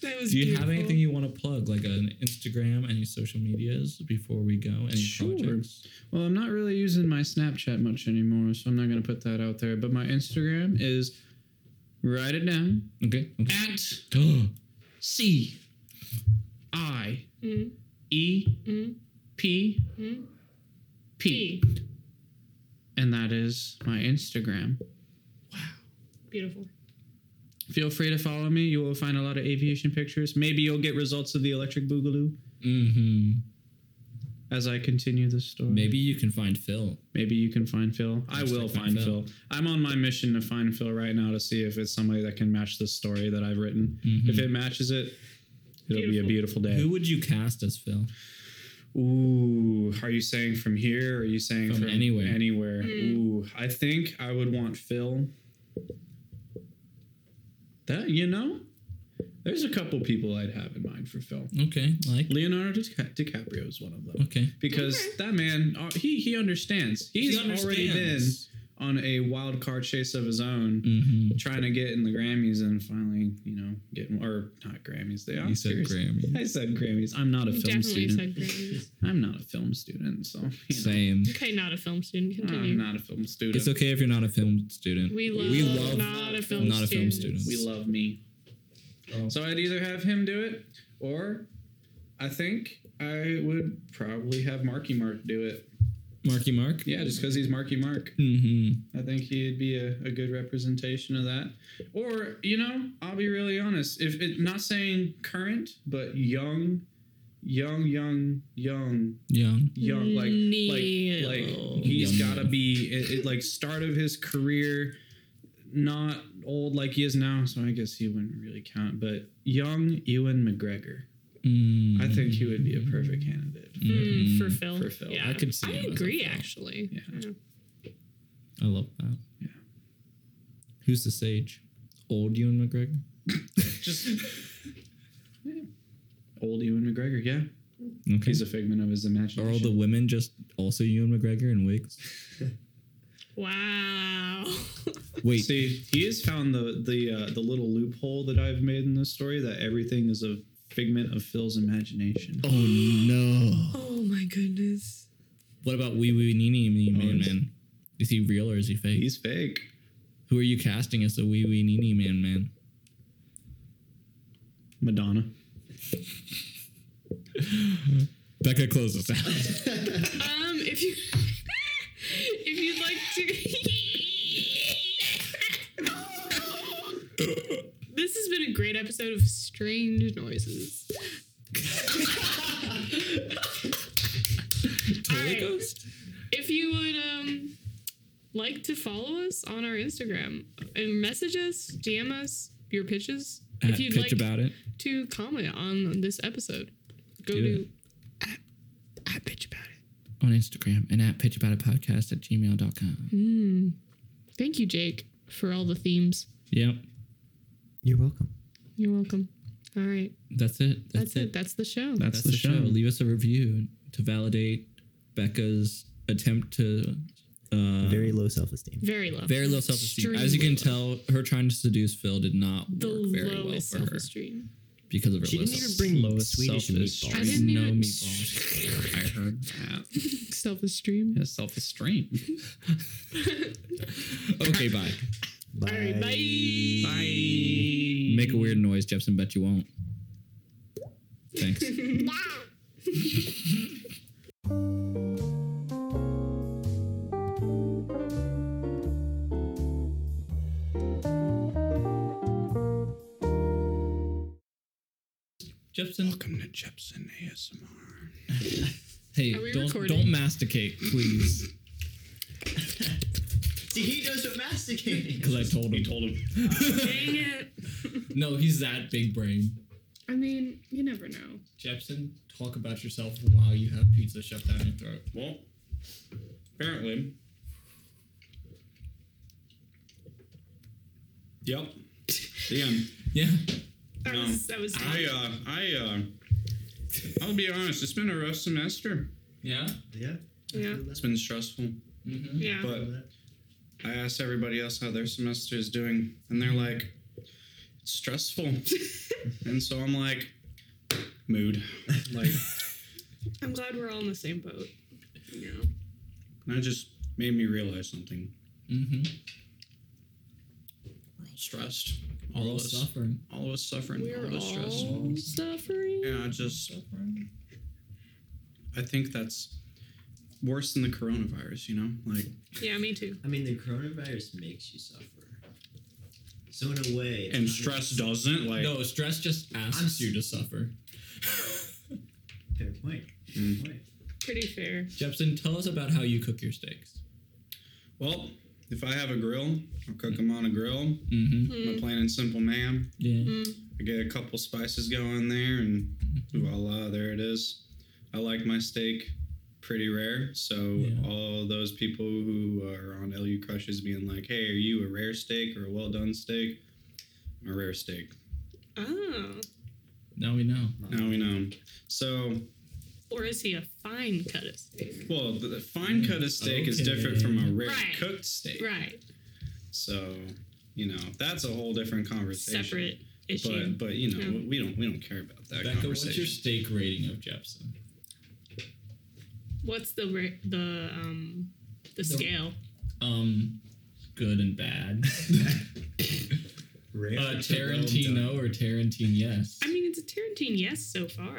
That was Do you beautiful. have anything you want to plug, like an Instagram, any social medias before we go? Any Sure. projects? Well, I'm not really using my Snapchat much anymore, so I'm not going to put that out there. But my Instagram is write it down Okay. okay. at C I E Mm. P Mm. P, and that is my Instagram. Beautiful. Feel free to follow me. You will find a lot of aviation pictures. Maybe you'll get results of the electric boogaloo mm-hmm. as I continue this story. Maybe you can find Phil. Maybe you can find Phil. I Hashtag will find find Phil. Phil. I'm on my mission to find Phil right now to see if it's somebody that can match this story that I've written. If it matches it, it'll be a beautiful day. Mm-hmm. Who would you cast as Phil? Ooh, are you saying from here? Or are you saying From from, anywhere. Anywhere. Ooh, I think I would want Phil. That you know, there's a couple people I'd have in mind for Phil. Okay, like Leonardo Dica- DiCaprio is one of them okay. because that man uh, he he understands. He's already been understands. on a wild card chase of his own, Mm-hmm. trying to get in the Grammys and finally, you know, getting or not Grammys. They He said Oscars. Grammy. I said Grammys. I'm not a film Definitely student. said Grammys. I'm not a film student, so you know, Same. Okay, not a film student. I'm Continue. not a film student. It's okay if you're not a film student. we love, not a film not a film student. student. We love me. Oh. So I'd either have him do it, or I think I would probably have Marky Mark do it. Marky Mark. Yeah, just because he's Marky Mark. Mm-hmm. I think he'd be a, a good representation of that. Or, you know, I'll be really honest. If it not saying current, but young, young, young, young, Young. young, like Neil. like like he's Young gotta be it, it, like start of his career, not old like he is now. So I guess he wouldn't really count. But young Ewan McGregor, Mm. I think he would be Mm-hmm. a perfect candidate. Mm, for Phil. For Phil. Yeah. I could see I him as a agree, Phil. actually. Yeah. I love that. Yeah. Who's the sage? Old Ewan McGregor. Just yeah. old Ewan McGregor. Yeah, Okay. he's a figment of his imagination. Are all the women just also Ewan McGregor in wigs? Wow. Wait. See, he has found the the uh, the little loophole that I've made in this story that everything is a figment of Phil's imagination. Oh no. oh my goodness. What about Wee Wee Nini Nini Man he's- Man? Is he real or is he fake? He's fake. Who are you casting as the Wee Wee Nini Man Man? Madonna. Becca, close us out. Um, if you if you'd like to. This has been a great episode of Strange Noises. Alright. If you would um like to follow us on our Instagram and message us, DM us your pitches. At if you'd like pitch about it. to comment on this episode, go Do to at, at pitch about it. on Instagram and at pitch about a podcast at gmail.com. Thank you, Jake, for all the themes. Yep. You're welcome. You're welcome. All right. That's it. That's, it. That's the show. That's, the, show. Leave us a review to validate Becca's attempt to uh, very, Very low self esteem. very low. low self esteem. As you can tell, her trying to seduce Phil did not the work very well lowest for self her esteem. because of her She low didn't even bring Swedish self-esteem. meatballs. I didn't No even- meatballs. I heard that. Self esteem. Self esteem. okay, bye. All right. Bye. Make a weird noise, Jepson. Bet you won't. Thanks. Jepson. Welcome to Jepson ASMR. Hey, Are we don't recording? don't masticate, please. See, he knows what masticating. Because I told him. Told him. Dang it. No, he's that big brain. I mean, you never know. Jepson, talk about yourself while you have pizza shoved down your throat. Well, apparently. Yep. Damn. Yeah. That No. was that was. I uh I uh I'll be honest, it's been a rough semester. Yeah. Yeah. yeah. It's been stressful. Yeah. uh, But I asked everybody else how their semester is doing, and they're like, it's stressful. and so I'm like, mood. Like, I'm glad we're all in the same boat. Yeah. and that just made me realize something. Mm-hmm. We're all stressed. All, All of us. suffering. All of us suffering. We're all of us stressed. all suffering. And I just, I think that's worse than the coronavirus, you know? Like, Yeah, me too. I mean, the coronavirus makes you suffer. So in a way, it's and not stress doesn't, like, No, stress just asks you to suffer. a Fair point. Mm. Fair point. Pretty fair. Jepson, tell us about how you cook your steaks. well, if I have a grill, I'll cook them on a grill. Mm-hmm. Hmm. My plain and simple ma'am. Yeah. I get a couple spices going there, and Mm-hmm. voila, there it is. I like my steak pretty rare, so Yeah. all those people who are on LU crushes being like, "Hey, are you a rare steak or a well done steak?" I'm a rare steak. Oh. Now we know. Now we know. So, Or is he a fine cut of steak? well, the, the fine cut of steak is different from a rare Right. cooked steak. Right. So, you know, that's a whole different conversation. Separate issue. But but you know, Yeah. we don't we don't care about that Becca, what's your conversation. steak rating of Jepson? What's the ra- the um the scale? Um, good and bad. Rare. Uh, to well Tarantino done. or Tarantine? Yes. I mean, it's a Tarantine yes so far.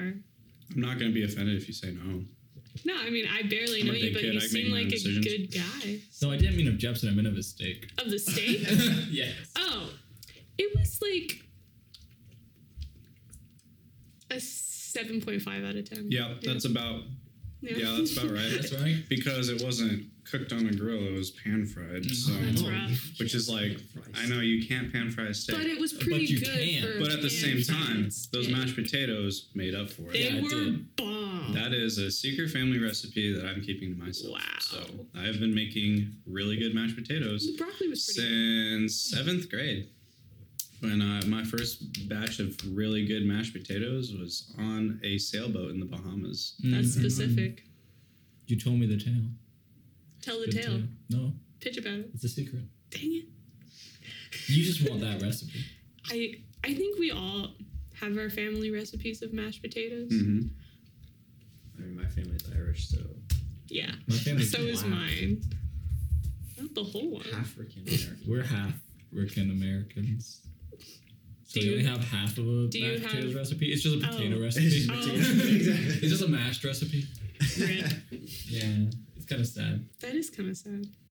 I'm not gonna be offended if you say no. No, I mean, I barely I'm a know you, big but kid. you I make seem my like own a decisions. good guy. No, I didn't mean of Jepson. I meant of his steak. Of the state? yes. oh, it was like a 7.5 out of 10. Yeah, that's about yeah. yeah, that's about right. That's right. because it wasn't cooked on a grill; it was pan fried. So, Mm-hmm. That's rough. which is like, I know you can't pan fry a steak, But but, it was pretty you good. can. For at the same canned time, foods. those Yeah. mashed potatoes made up for They it. Yeah, it were did. bomb. That is a secret family recipe that I'm keeping to myself. Wow. So I've been making really good mashed potatoes the broccoli was pretty good. since seventh grade. When uh, my first batch of really good mashed potatoes was on a sailboat in the Bahamas. Mm-hmm. That's specific. You told me the tale. Tell the Good tale. No, Pitch about it. it's a secret. Dang it. You just want that recipe. I I think we all have our family recipes of mashed potatoes. Hmm. Mhm. I mean, my family's Irish, so Yeah. My family's So is black. mine. Not the whole one. African American. We're half African Americans. Do we only you? have half of a do you mashed potatoes have- recipe. It's just a potato Oh. recipe. Oh, it's just a mashed recipe. rip. Yeah, it's kind of sad. that is kind of sad.